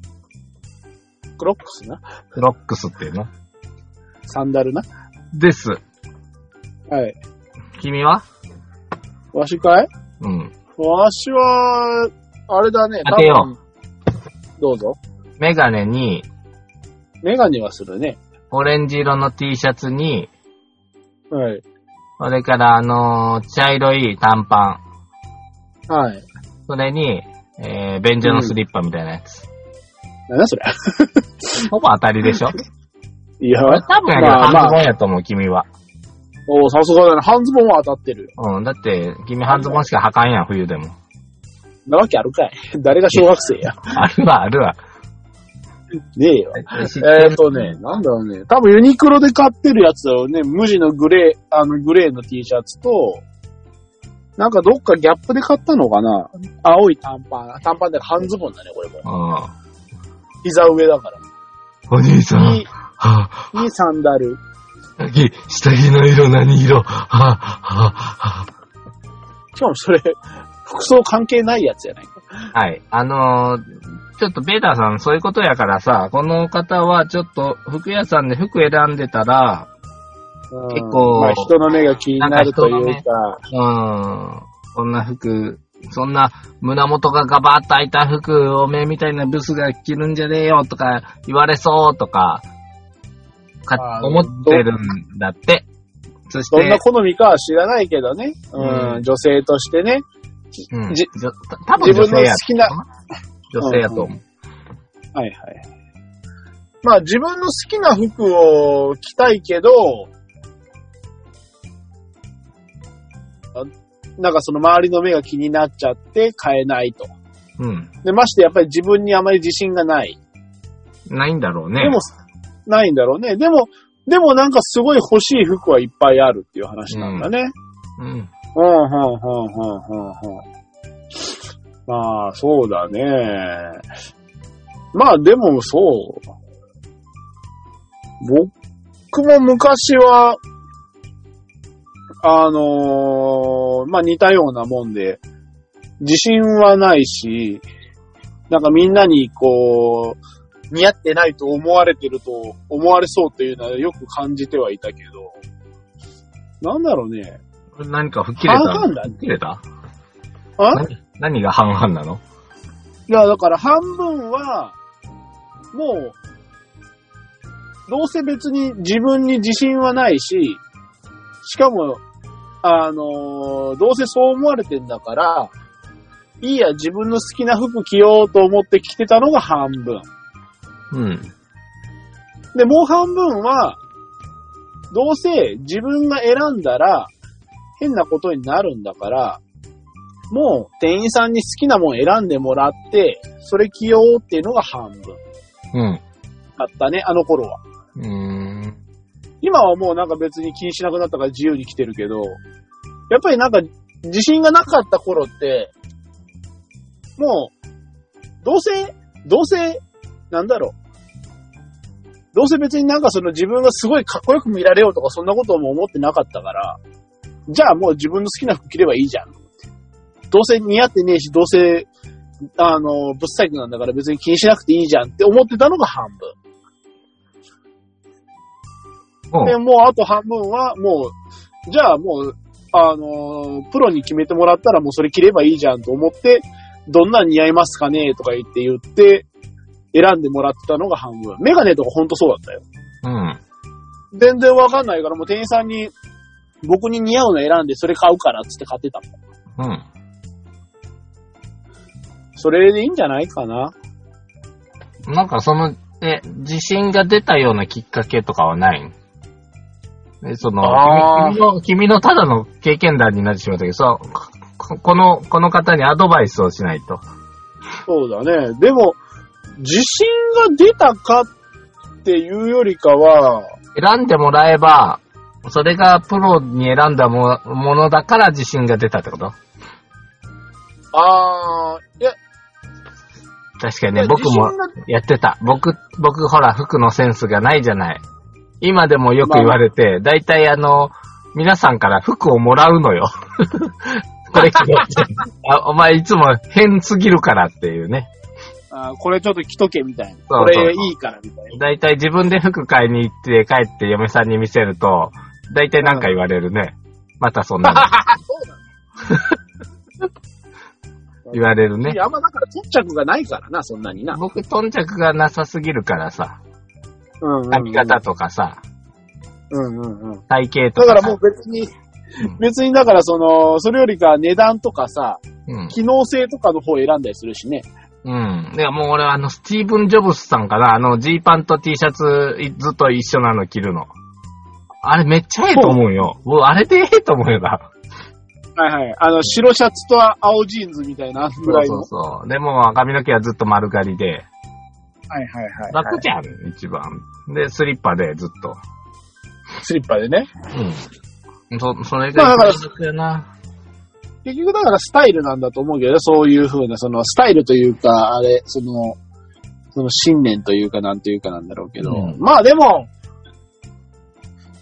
B: クロックスな。
A: クロックスっていうの
B: サンダルな。
A: です。
B: はい。
A: 君は
B: わしかい
A: うん。
B: わしは、あれだね。
A: 当てよう
B: 多分どうぞ。
A: メガネに、
B: メガネはするね。
A: オレンジ色の T シャツに、
B: はい。
A: それからあのー茶色い短パン。
B: はい。
A: それに、えー、便所のスリッパみたいなやつ。
B: なんだそれ。
A: ほぼ当たりでしょ
B: いや、
A: これ多分やけど、
B: まあま
A: 半
B: あ
A: ズボンやと思う、君は。
B: おおさすがだね。半ズボンは当たってる。
A: うん、だって、君半ズボンしか履かんやん、冬 でも。
B: なわけあるかい。誰が小学生 や。
A: あるわ、あるわ。
B: ねえよ。
A: 知って
B: え
A: る
B: ーっとね、なんだろうね。多分ユニクロで買ってるやつだろうね。無地のグレー、あのグレーの T シャツと、なんかどっかギャップで買ったのかな青い短パン。短パンで半ズボンだね、これ
A: う
B: も。
A: ん。
B: 膝上だから。
A: お兄さ ん、
B: に、
A: は
B: にサンダル。
A: ぁ、き下着の色何色はぁ、はぁ、は
B: しかもそれ、服装関係ないやつじゃないか。
A: ぁ。はい。あのー、ちょっとベーターさん、そういうことやからさ、この方はちょっと服屋さんで服選んでたら、
B: うん
A: 結構
B: まあ、人の目が気になるというか、
A: うーん。こんな服、そんな胸元がガバッと開いた服、おめえみたいなブスが着るんじゃねえよとか言われそうとか、か
B: あ、ー
A: 思ってるんだって。そして、
B: どんな好みかは知らないけどね。うん、
A: うん
B: 女性としてね。
A: うん、
B: じ
A: じょた多分女性や
B: 自分の好きな
A: 女性やと思う。
B: はいはい。まあ自分の好きな服を着たいけど、あなんかその周りの目が気になっちゃって買えないと。
A: うん。
B: で、ましてやっぱり自分にあまり自信がない。
A: ないんだろうね。
B: でも、ないんだろうね。でも、でもなんかすごい欲しい服はいっぱいあるっていう話なんだね。
A: うん。
B: うん、うん、うん、うん、うん。まあ、そうだね。まあ、でも、そう。僕も昔は、あのーまあ似たようなもんで、自信はないし、なんかみんなにこう、似合ってないと思われてると、思われそうというのはよく感じてはいたけど、なんだろうね。
A: 何か吹っ切れ
B: 半
A: た
B: 々だね
A: 吹っ切れた
B: あ
A: 何何が半々なの
B: いや、だから半分は、もう、どうせ別に自分に自信はないし、しかも、あのーどうせそう思われてんだから、いいや、自分の好きな服着ようと思って着てたのが半分。
A: うん。
B: で、もう半分は、どうせ自分が選んだら変なことになるんだから、もう店員さんに好きなもん選んでもらって、それ着ようっていうのが半分
A: うん。
B: だったね、あの頃は。
A: うーん。
B: 今はもうなんか別に気にしなくなったから自由に着てるけど、やっぱりなんか自信がなかった頃って、もう、どうせ、どうせ、なんだろう。どうせ別になんかその自分がすごいかっこよく見られようとかそんなことも思ってなかったから、じゃあもう自分の好きな服着ればいいじゃん。どうせ似合ってねえし、どうせ、あの、ぶっサイクなんだから別に気にしなくていいじゃんって思ってたのが半分。
A: お
B: で、
A: う
B: もうあと半分は、もう、じゃあもう、あのープロに決めてもらったらもうそれ着ればいいじゃんと思って、どんなん似合いますかねとか言って言って、選んでもらってたのが半分。メガネとかほんとそうだったよ。
A: うん。
B: 全然わかんないからもう店員さんに、僕に似合うの選んでそれ買うからっつって買ってたもん。
A: うん。
B: それでいいんじゃないかな。
A: なんかその、え、自信が出たようなきっかけとかはないんえ、その
B: あー
A: 君の、君のただの経験談になってしまったけど、そう、ここの、この方にアドバイスをしないと。
B: そうだね。でも、自信が出たかっていうよりかは、
A: 選んでもらえば、それがプロに選んだもものだから自信が出たってこと
B: あー、いや、
A: 確かに
B: い
A: ね、
B: や
A: 僕も
B: 自信が
A: やってた。僕、僕ほら、服のセンスがないじゃない。今でもよく言われて、だいたいあの、皆さんから服をもらうの よ。これ着ろってあ。お前いつも変すぎるからっていうね。
B: あーこれちょっと着とけみたいな。
A: そう
B: こ
A: そう
B: れいいからみたいな。
A: だいたい自分で服買いに行って帰って嫁さんに見せると、だいたいなんか言われるね。またそんなの言われるね
B: い。やあんまだから頓着がないからな、そんなにな。
A: 僕、頓着がなさすぎるからさ、
B: うんうんうん
A: 髪型とかさ、
B: うんうんうん。
A: 体型と
B: だ
A: かさ。
B: からもう別に、別にだからその、それよりか値段とかさ、
A: うん。
B: 機能性とかの方を選んだりするしね。
A: うん。いや、もう俺はあの、スティーブン・ジョブスさんかな、あの、ジーパンと T シャツいずっと一緒なの着るの。あれめっちゃええと思うよ。もうあれでええと思うよな。
B: はいはい。あの、白シャツと青ジーンズみたいなぐ
A: そ
B: ら
A: う
B: い
A: そ
B: の。
A: うそう。でも髪の毛はずっと丸刈りで、
B: はいはいはい、
A: 楽じゃん、一番。で、スリッパでずっと。
B: スリッパでね。
A: うん。そ、それが
B: まあだから
A: 一番楽やな。
B: 結局だからスタイルなんだと思うけどね、そういう風な、そのスタイルというか、あれ、その、その信念というかなんというかなんだろうけど、
A: うん
B: まあでも、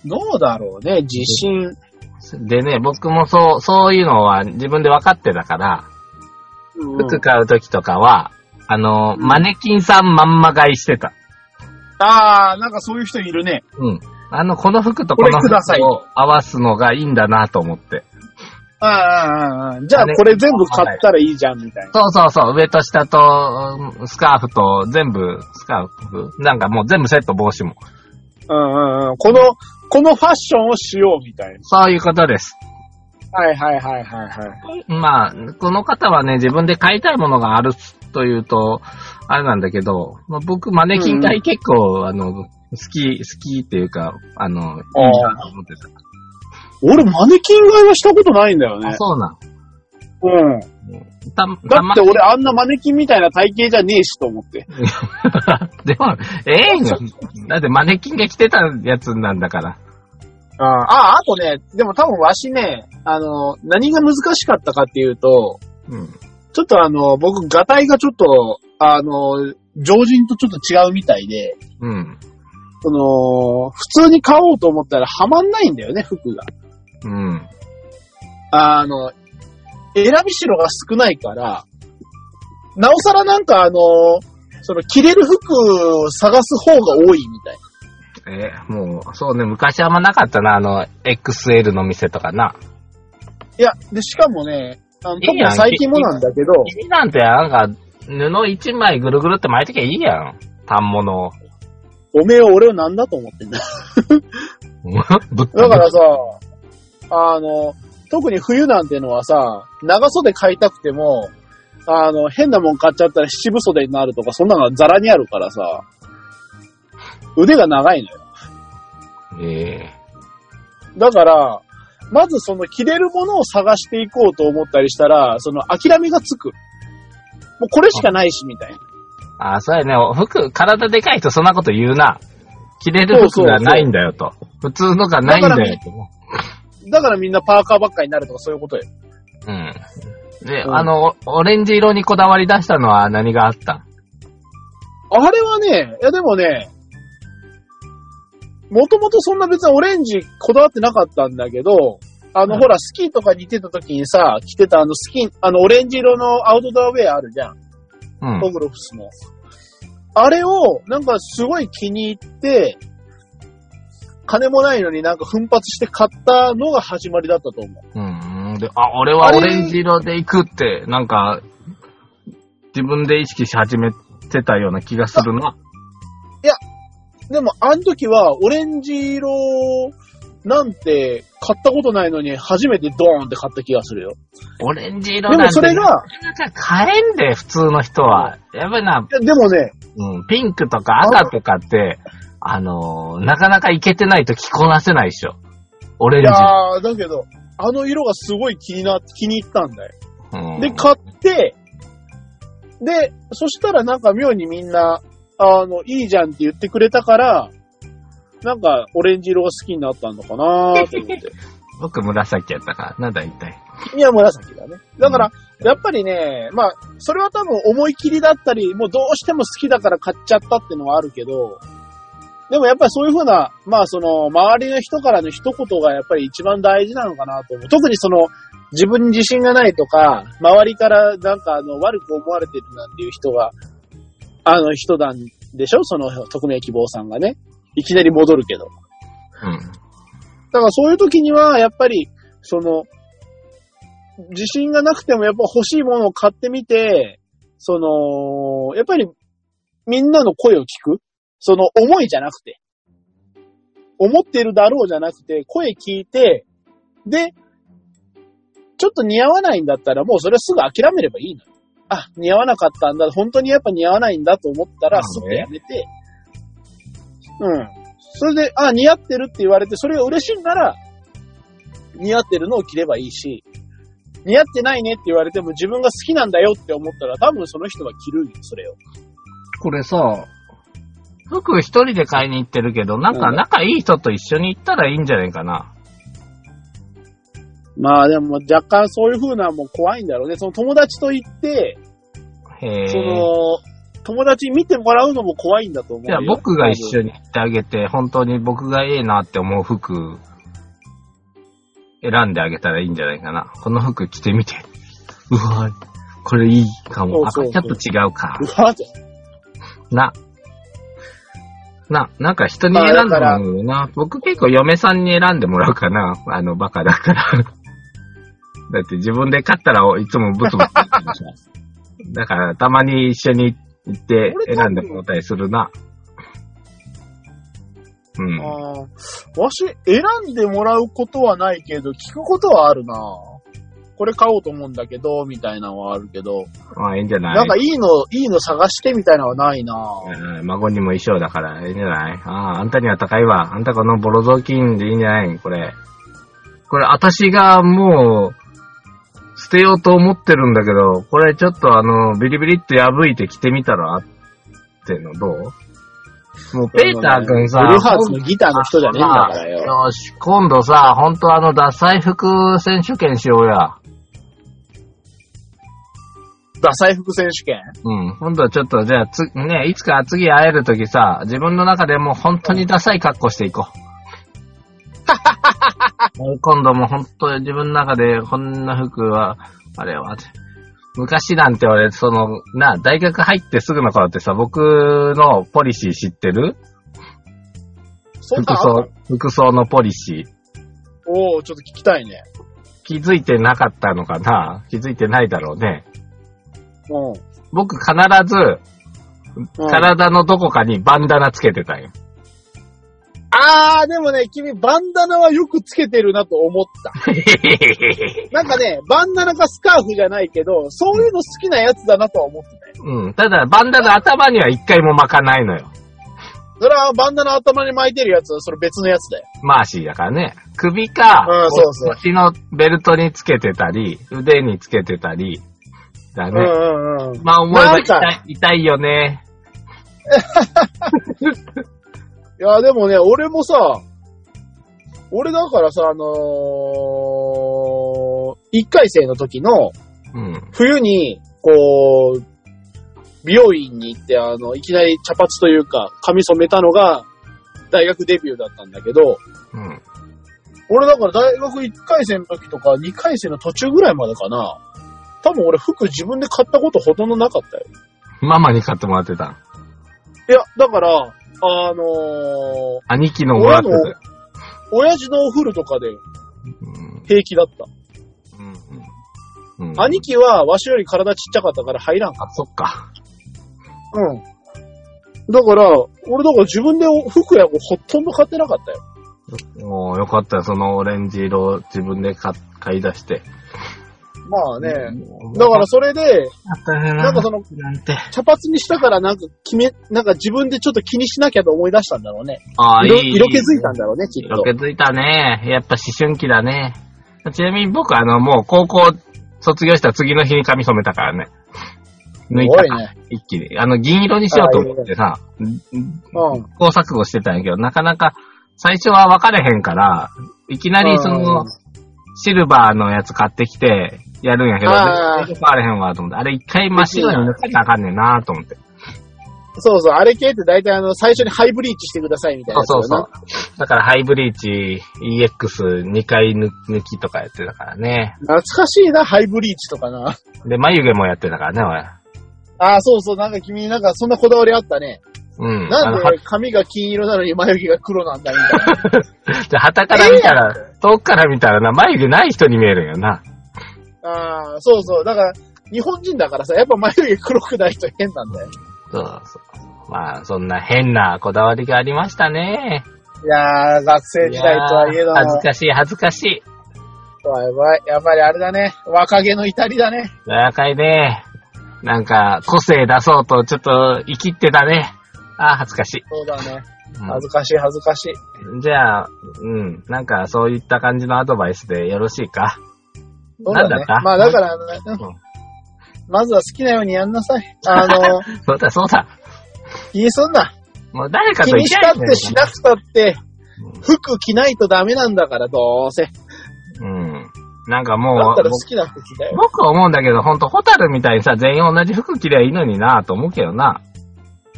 B: どうだろうね、自信。
A: でね、僕もそう、そういうのは自分で分かってたから、
B: うん
A: 服買うときとかは、あの、
B: うん
A: マネキンさんまんま買いしてた。
B: ああ、なんかそういう人いるね。
A: うん。あの、この服とこの
B: これください
A: 服を合わすのがいいんだなと思って。
B: ああ、ああ、ああ。じゃあこれ全部買ったらいいじゃん、みたいな。
A: そうそうそう、上と下と、うんスカーフと、全部、スカーフなんかもう全部セット帽子も。
B: うんうんうん。この、このファッションをしよう、みたい
A: そういうことです。
B: な。はいはいはいはいはい。
A: まあ、この方はね、自分で買いたいものがあるというと、あれなんだけど、まあ、僕、マネキン体結構、あの、好き、好きっていうか、あの、いいなと思ってた。
B: 俺、マネキン買いはしたことないんだよ
A: あ
B: ね。
A: そうなん。
B: うん。
A: た、
B: だ
A: たま
B: って、俺、あんなマネキンみたいな体型じゃねえしと思って。
A: でも、ええよ。だってマネキンが着てたやつなんだから。
B: ああ、あとね、でも多分わしね、あの、何が難しかったかっていうと、
A: うん。
B: ちょっとあの、僕、ガタイがちょっと、あの、常人とちょっと違うみたいで、
A: うん。
B: その、普通に買おうと思ったらはまんないんだよね、服が。
A: うん。
B: あの、選びしろが少ないから、なおさらなんかあの、その、着れる服を探す方が多いみたい
A: えーもう、そうね、昔あんまなかったな、あの、XL の店とかな。
B: いや、で、しかもね、あの、
A: いいやん
B: 多分最近もなんだけど、
A: 君なんて、なんか、布一枚ぐるぐるって巻いときゃいいやん。単物を。
B: おめえを俺をなんだと思ってんだ。
A: ぶっ
B: だからさ、あの、特に冬なんてのはさ、長袖買いたくても、あの、変なもん買っちゃったら七分袖になるとか、そんなのがザラにあるからさ、腕が長いのよ。
A: ええ
B: だから、まずその着れるものを探していこうと思ったりしたら、その諦めがつく。もうこれしかないし、みたいな。
A: あ、そうやね。お服、体でかい人そんなこと言うな。着れる服がないんだよと。普通のがないんだよと。
B: だからみんなパーカーばっかりになるとかそういうことよ。
A: うん。で、
B: うん
A: あの、オレンジ色にこだわり出したのは何があったん
B: あれはね、いやでもね、もともとそんな別にオレンジこだわってなかったんだけど、あの、
A: うん
B: ほら、スキーとかに行ってた時にさ、着てたあのスキー、あの、オレンジ色のアウトドアウェアあるじゃん。
A: うん
B: ト。グロフスの。あれを、なんかすごい気に入って、金もないのになんか奮発して買ったのが始まりだったと思う。
A: うん。で、あ、俺はオレンジ色で行くって、なんか、自分で意識し始めてたような気がするな。
B: でも、あの時は、オレンジ色なんて買ったことないのに、初めてドーンって買った気がするよ。
A: オレンジ色
B: で
A: なん
B: も
A: て
B: それ
A: な
B: が、
A: かなか買えんで、普通の人は。やっぱりな、
B: いやでもね、
A: うん、ピンクとか赤とかって、あのーなかなかいけてないと着こなせないでしょ。オレン
B: い
A: ジ
B: や。ーだけど、あの色がすごい気にな、気に入ったんだよ。
A: うん
B: で、買って、で、そしたらなんか妙にみんな、あの、いいじゃんって言ってくれたから、なんか、オレンジ色が好きになったのかなーって思って。
A: 僕紫やったからな、大体。
B: いや、紫だね。だから、やっぱりね、まあ、それは多分思い切りだったり、もうどうしても好きだから買っちゃったってのはあるけど、でもやっぱりそういうふうな、まあその、周りの人からの一言がやっぱり一番大事なのかなと思う。特にその、自分に自信がないとか、周りからなんかあの、悪く思われてるなんていう人が、あの人なんでしょその、匿名希望さんがね。いきなり戻るけど。
A: うん。
B: だからそういう時には、やっぱり、その、自信がなくてもやっぱ欲しいものを買ってみて、その、やっぱりみんなの声を聞く。その思いじゃなくて。思ってるだろうじゃなくて、声聞いて、で、ちょっと似合わないんだったらもうそれはすぐ諦めればいいのよ。あ、似合わなかったんだ。本当にやっぱ似合わないんだと思った
A: な
B: ら、
A: る
B: す
A: ほど
B: ぐ
A: ね
B: やめて、うん。それで、あ、似合ってるって言われて、それが嬉しいんなら、似合ってるのを着ればいいし、似合ってないねって言われても自分が好きなんだよって思ったら多分その人は着るよ、それを。
A: これさ、服一人で買いに行ってるけど、なんか
B: うん
A: 仲いい人と一緒に行ったらいいんじゃないかな。
B: まあでも若干そういう風なもう怖いんだろうね。その友達と行って、
A: へ
B: そ
A: え。
B: の、友達に見てもらうのも怖いんだと思う
A: じゃ
B: よ。
A: あ僕が一
B: 緒。
A: 緒に行ってあげて、本当に僕がええなって思う服、選んであげたらいいんじゃないかな。この服着てみて。うわこれいいかも。あ、ち
B: そう
A: ょ
B: そう
A: っ
B: そう
A: と違うか
B: う。わって
A: な。な、なんか人に選んでもらうよな。僕結構嫁さんに選んでもらうかな。あの、バカだから。 だって自分で買ったらいつもブツブツ言ってるしだからたまに一緒に行って選んでもらったりするな。うん。
B: あーわし、選んでもらうことはないけど、聞くことはあるなこれ買おうと思うんだけど、みたいなのはあるけど、
A: まあ、いいんじゃない
B: なんかいいの、いいの探してみたいなのはないなぁ。
A: うん孫にも衣装だから、いいんじゃないああ、あんたには高いわ。あんたこのボロ雑巾でいいんじゃないこれ。これ、私がもう、捨てようと思ってるんだけど、これちょっとあの、ビリビリっと破いて着てみたらあってのどうもう、ペーター君さ、
B: ブルーハーツのギターの人じゃねえんだからよ。
A: よし、今度さ、ほんとあの、脱菜服選手権しようや。
B: ダサい服選手権
A: うん。今度はちょっと、じゃあ、つ、ね、いつか次会えるときさ、自分の中でもう本当にダサい格好してい こう。もう今度も本当に自分の中で、こんな服は、あれは、昔なんて俺、その、な、大学入ってすぐの頃ってさ、僕のポリシー知ってる
B: そん
A: 服
B: なあっ
A: 装、服装のポリシー。
B: たおー、ちょっと聞きたいね。
A: 気づいてなかったのかな気づいてないだろうね。
B: うん。
A: 僕必ず、
B: うん、
A: 体のどこかにバンダナつけて たんよ。
B: あー、でもね、君、バンダナはよくつけてるなと思った。なんかね、バンダナかスカーフじゃないけど、そういうの好きなやつだなとは思ってたよ。
A: うん。ただ、バンダナ頭には一回も巻かないのよ。
B: それはバンダナ頭に巻いてるやつは、それ別のやつだよ。
A: マーシーだからね。首か、
B: うんそうそう
A: 腰のベルトにつけてたり、腕につけてたり、だ
B: う
A: ね。
B: んうんうん。
A: まあ思えば
B: なん
A: 痛
B: か
A: い痛いよね。
B: いや、でもね、俺もさ、俺だからさ、あのー、一回生の時の
A: うん。
B: 冬に、こう、美容院に行って、あの、いきなり茶髪というか、髪染めたのが、大学デビューだったんだけど、
A: うん。
B: 俺だから大学一回生の時とか、二回生の途中ぐらいまでかな、多分俺服自分で買ったことほとんどなかったよ。
A: ママに買ってもらってた。
B: いや、だから、あのー、
A: 兄貴のもらってた。
B: 親父のお風呂とかで
A: うん
B: 平気だった。
A: うん。うん。
B: 兄貴は、わしより体ちっちゃかったから入らんか
A: あ、そっか。
B: った。うん。だから、俺だから自分で服やほとんど買ってなかったよ。
A: もうよかったよ、そのオレンジ色を自分で買買い出して。
B: まあね。だから、それで、
A: な
B: なんんか
A: かそ
B: そ
A: の、
B: の、
A: なんて。
B: 茶髪にしたからなんか決め、なんか自分でちょっと気にしなきゃと思い出したんだろうね。
A: ああ、い
B: 色
A: い。
B: 色気づいたんだろうね、きっ
A: 色
B: と。
A: 気づいたね。やっぱ思春期だね。ちなみに僕、あの、もう高校卒業した次の日に髪染めたからね。抜い
B: す
A: た
B: ご
A: か
B: い
A: ら、
B: ね。
A: 一気に。あの、銀色にしようと思ってさ、
B: うん。
A: 試行錯誤してたんやけど、なかなか最初は分かれへんから、いきなりその
B: うん、
A: シルバーのやつ買ってきて、やるんやけど、
B: あー
A: 全然分かれへんわと思って、あれ一回真っ白に塗ったらあかんねんなと思って。
B: そうそう、あれ系って大体あの、最初にハイブリーチしてくださいみたいなやつだ
A: そう
B: よな。
A: そうそう。だからハイブリーチ EX2 回抜抜きとかやってたからね。
B: 懐かしいな、ハイブリーチとかな。
A: で、眉毛もやってたからね、
B: ああ、そうそう、なんか君なんかそんなこだわりあったね。
A: 俺。うん。あ
B: なん
A: の
B: で
A: は
B: 髪が金色なのに眉毛が黒なんだみたいな。
A: じゃあ旗から見たら、遠くから見たらな、眉毛ない人に見えるんよな。
B: ああ、そうそう。だから、日本人だからさ、やっぱ眉毛黒くないと変なんだよ。
A: そうそう。まあ、そんな変なこだわりがありましたね。
B: いやー、学生時代とはいえど
A: いやー恥ずかしい、恥ずかしい。
B: やばい。やっぱりあれだね。若気の至りだね。
A: やらかいね。なんか、個性出そうと、ちょっと、生きってたね。あー恥ずかしい。
B: そうだね。
A: うん
B: 恥ずかしい、恥ずかしい。
A: じゃあ、うん、なんかそういった感じのアドバイスでよろしいか。
B: そうだ
A: なんだ
B: ね
A: った。
B: まあだからあのね、うん
A: うん
B: まずは好きなようにやんなさい。あの、
A: そうだ、そうだ。
B: 気にすんな。
A: もう誰か
B: 気
A: と
B: に
A: 行き
B: したた
A: い
B: ってしなくたって
A: う、ん
B: 服着ないとダメなんだから、どうせ。だ
A: うん。なんか
B: っ
A: も
B: た
A: う
B: ら好、きな服着だよ。
A: 僕は思うんだけど、ほんと、ホタルみたいにさ、全員同じ服着りゃいいのになぁと思うけどな。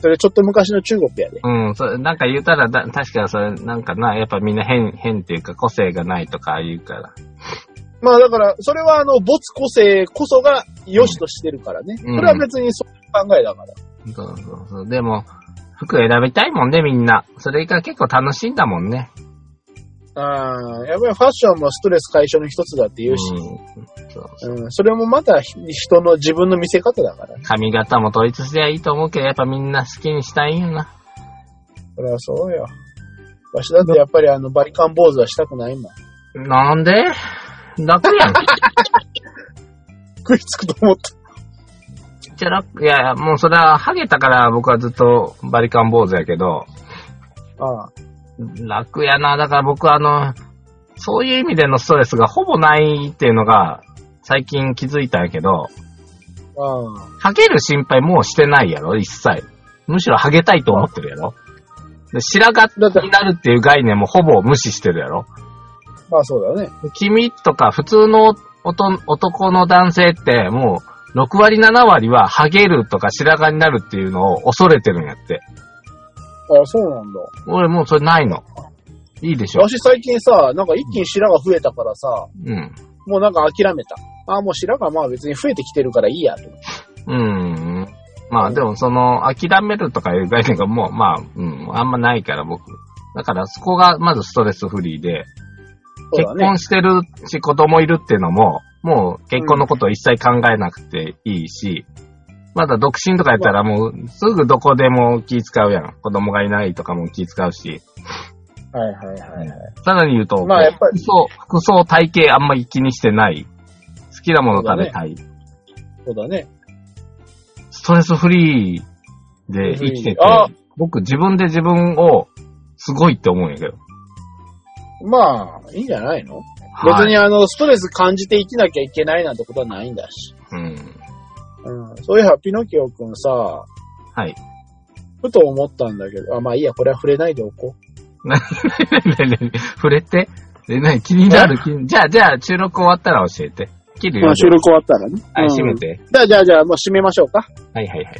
B: それちょっと昔の中国やで。
A: うん、それ、なんか言うたらだ、確かそれ、なんかな、やっぱみんな変、変っていうか、個性がないとか言うから。
B: まあだから、それはあの、没個性こそが良しとしてるからね。
A: うん
B: それは別にそういう考えだから。
A: そうそうそう。でも、服選びたいもんね、みんな。それが結構楽しいんだもんね。
B: ああ、やっぱりファッションもストレス解消の一つだって言うし、
A: うん、そう
B: うん、それもまたひ人の自分の見せ方だから。
A: 髪型も統一すりゃいいと思うけど、やっぱみんな好きにしたいんよな。
B: それはそうよ。わしだってやっぱりあの、バリカン坊主はしたくないもん。
A: なんで楽やん。
B: 食いつくと思った。
A: ちゃら、いやいや、もうそれは、ハゲたから僕はずっとバリカン坊主やけど、
B: ああ
A: 楽やな。だから僕はあの、そういう意味でのストレスがほぼないっていうのが、最近気づいたんやけど、
B: ああ
A: ハゲる心配もうしてないやろ、一切。むしろハゲたいと思ってるやろ。で白
B: だって
A: 髪になるっていう概念もほぼ無視してるやろ。
B: まあそうだね。
A: 君とか普通のおと男の男性ってもう6割7割はハゲるとか白髪になるっていうのを恐れてるんやって。
B: ああそうなんだ。
A: 俺もうそれないの。いいでしょ
B: わ。し最近さ、なんか一気に白が増えたからさ、
A: うん。
B: もうなんか諦めた。ああ、もう白がまあ別に増えてきてるからいいやと思って。
A: うん。まあでもその諦めるとかいう概念がもうまあ、うん、あんまないから僕。だからそこがまずストレスフリーで、
B: そう
A: 結
B: だね。
A: 婚してるし子供いるっていうのも、もう結婚のことを一切考えなくていいし、まだ独身とかやったらもうすぐどこでも気使うやん。子供がいないとかも気使うし。
B: はいはいはいはい。
A: さらに言うと、
B: まあやっぱり
A: 服装、服装体型あんまり気にしてない。好きなもの食べたい。
B: そうだね。
A: ストレスフリーで生きてて
B: あ、
A: 僕自分で自分をすごいって思うんやけど。
B: まあ、いいんじゃないの、
A: はい
B: 別にあの、ストレス感じて生きなきゃいけないなんてことはないんだし。
A: うん。
B: うん。そういえば、ピノキオくんさ、
A: はい。
B: ふと思ったんだけど、あ、まあいいや、これは触れないでおこ
A: 触れてえ、なに気になる気にじゃあ、じゃあ、収録終わったら教えて。切
B: う。
A: るよ。
B: 録終わったらね。
A: はい、閉
B: う
A: め
B: ん
A: て。
B: じゃあ、じゃあ、じゃあ、もう閉めましょうか。
A: はいはいはい。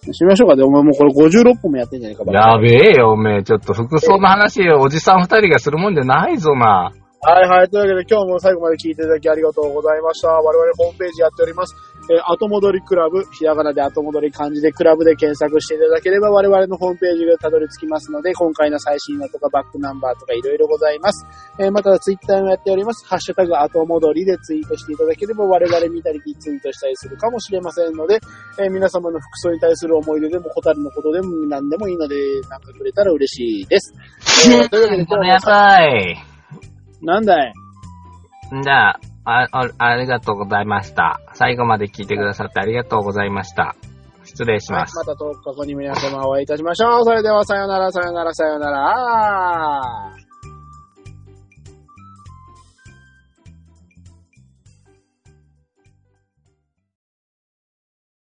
B: 閉めましょうか。で、お前もうこれ56本もやってんじゃないか、
A: やべえよ、おめえ。ちょっと服装の話、おじさん二人がするもんじゃないぞな。
B: はいはい。というわけで、今日も最後まで聞いていただきありがとうございました。我々ホームページやっております。えー後戻りクラブ、ひらがなで後戻り漢字でクラブで検索していただければ、我々のホームページがたどり着きますので、今回の最新話とかバックナンバーとかいろいろございます。えーまた、ツイッターもやっております。ハッシュタグ後戻りでツイートしていただければ、我々見たりリツイートしたりするかもしれませんので、えー皆様の服装に対する思い出でも、ホタルのことでも何でもいいので、なんかくれたら嬉しいです。 えーというわけで、
A: ご
B: 今
A: めん
B: 日も
A: なさい。
B: なんだい
A: じゃあ、あ、あありがとうございました。最後まで聞いてくださってありがとうございました。失礼し
B: はい
A: ま、す
B: ま。た10日後に皆様お会いいたしましょう。それではさよなら、さよなら、さよなら。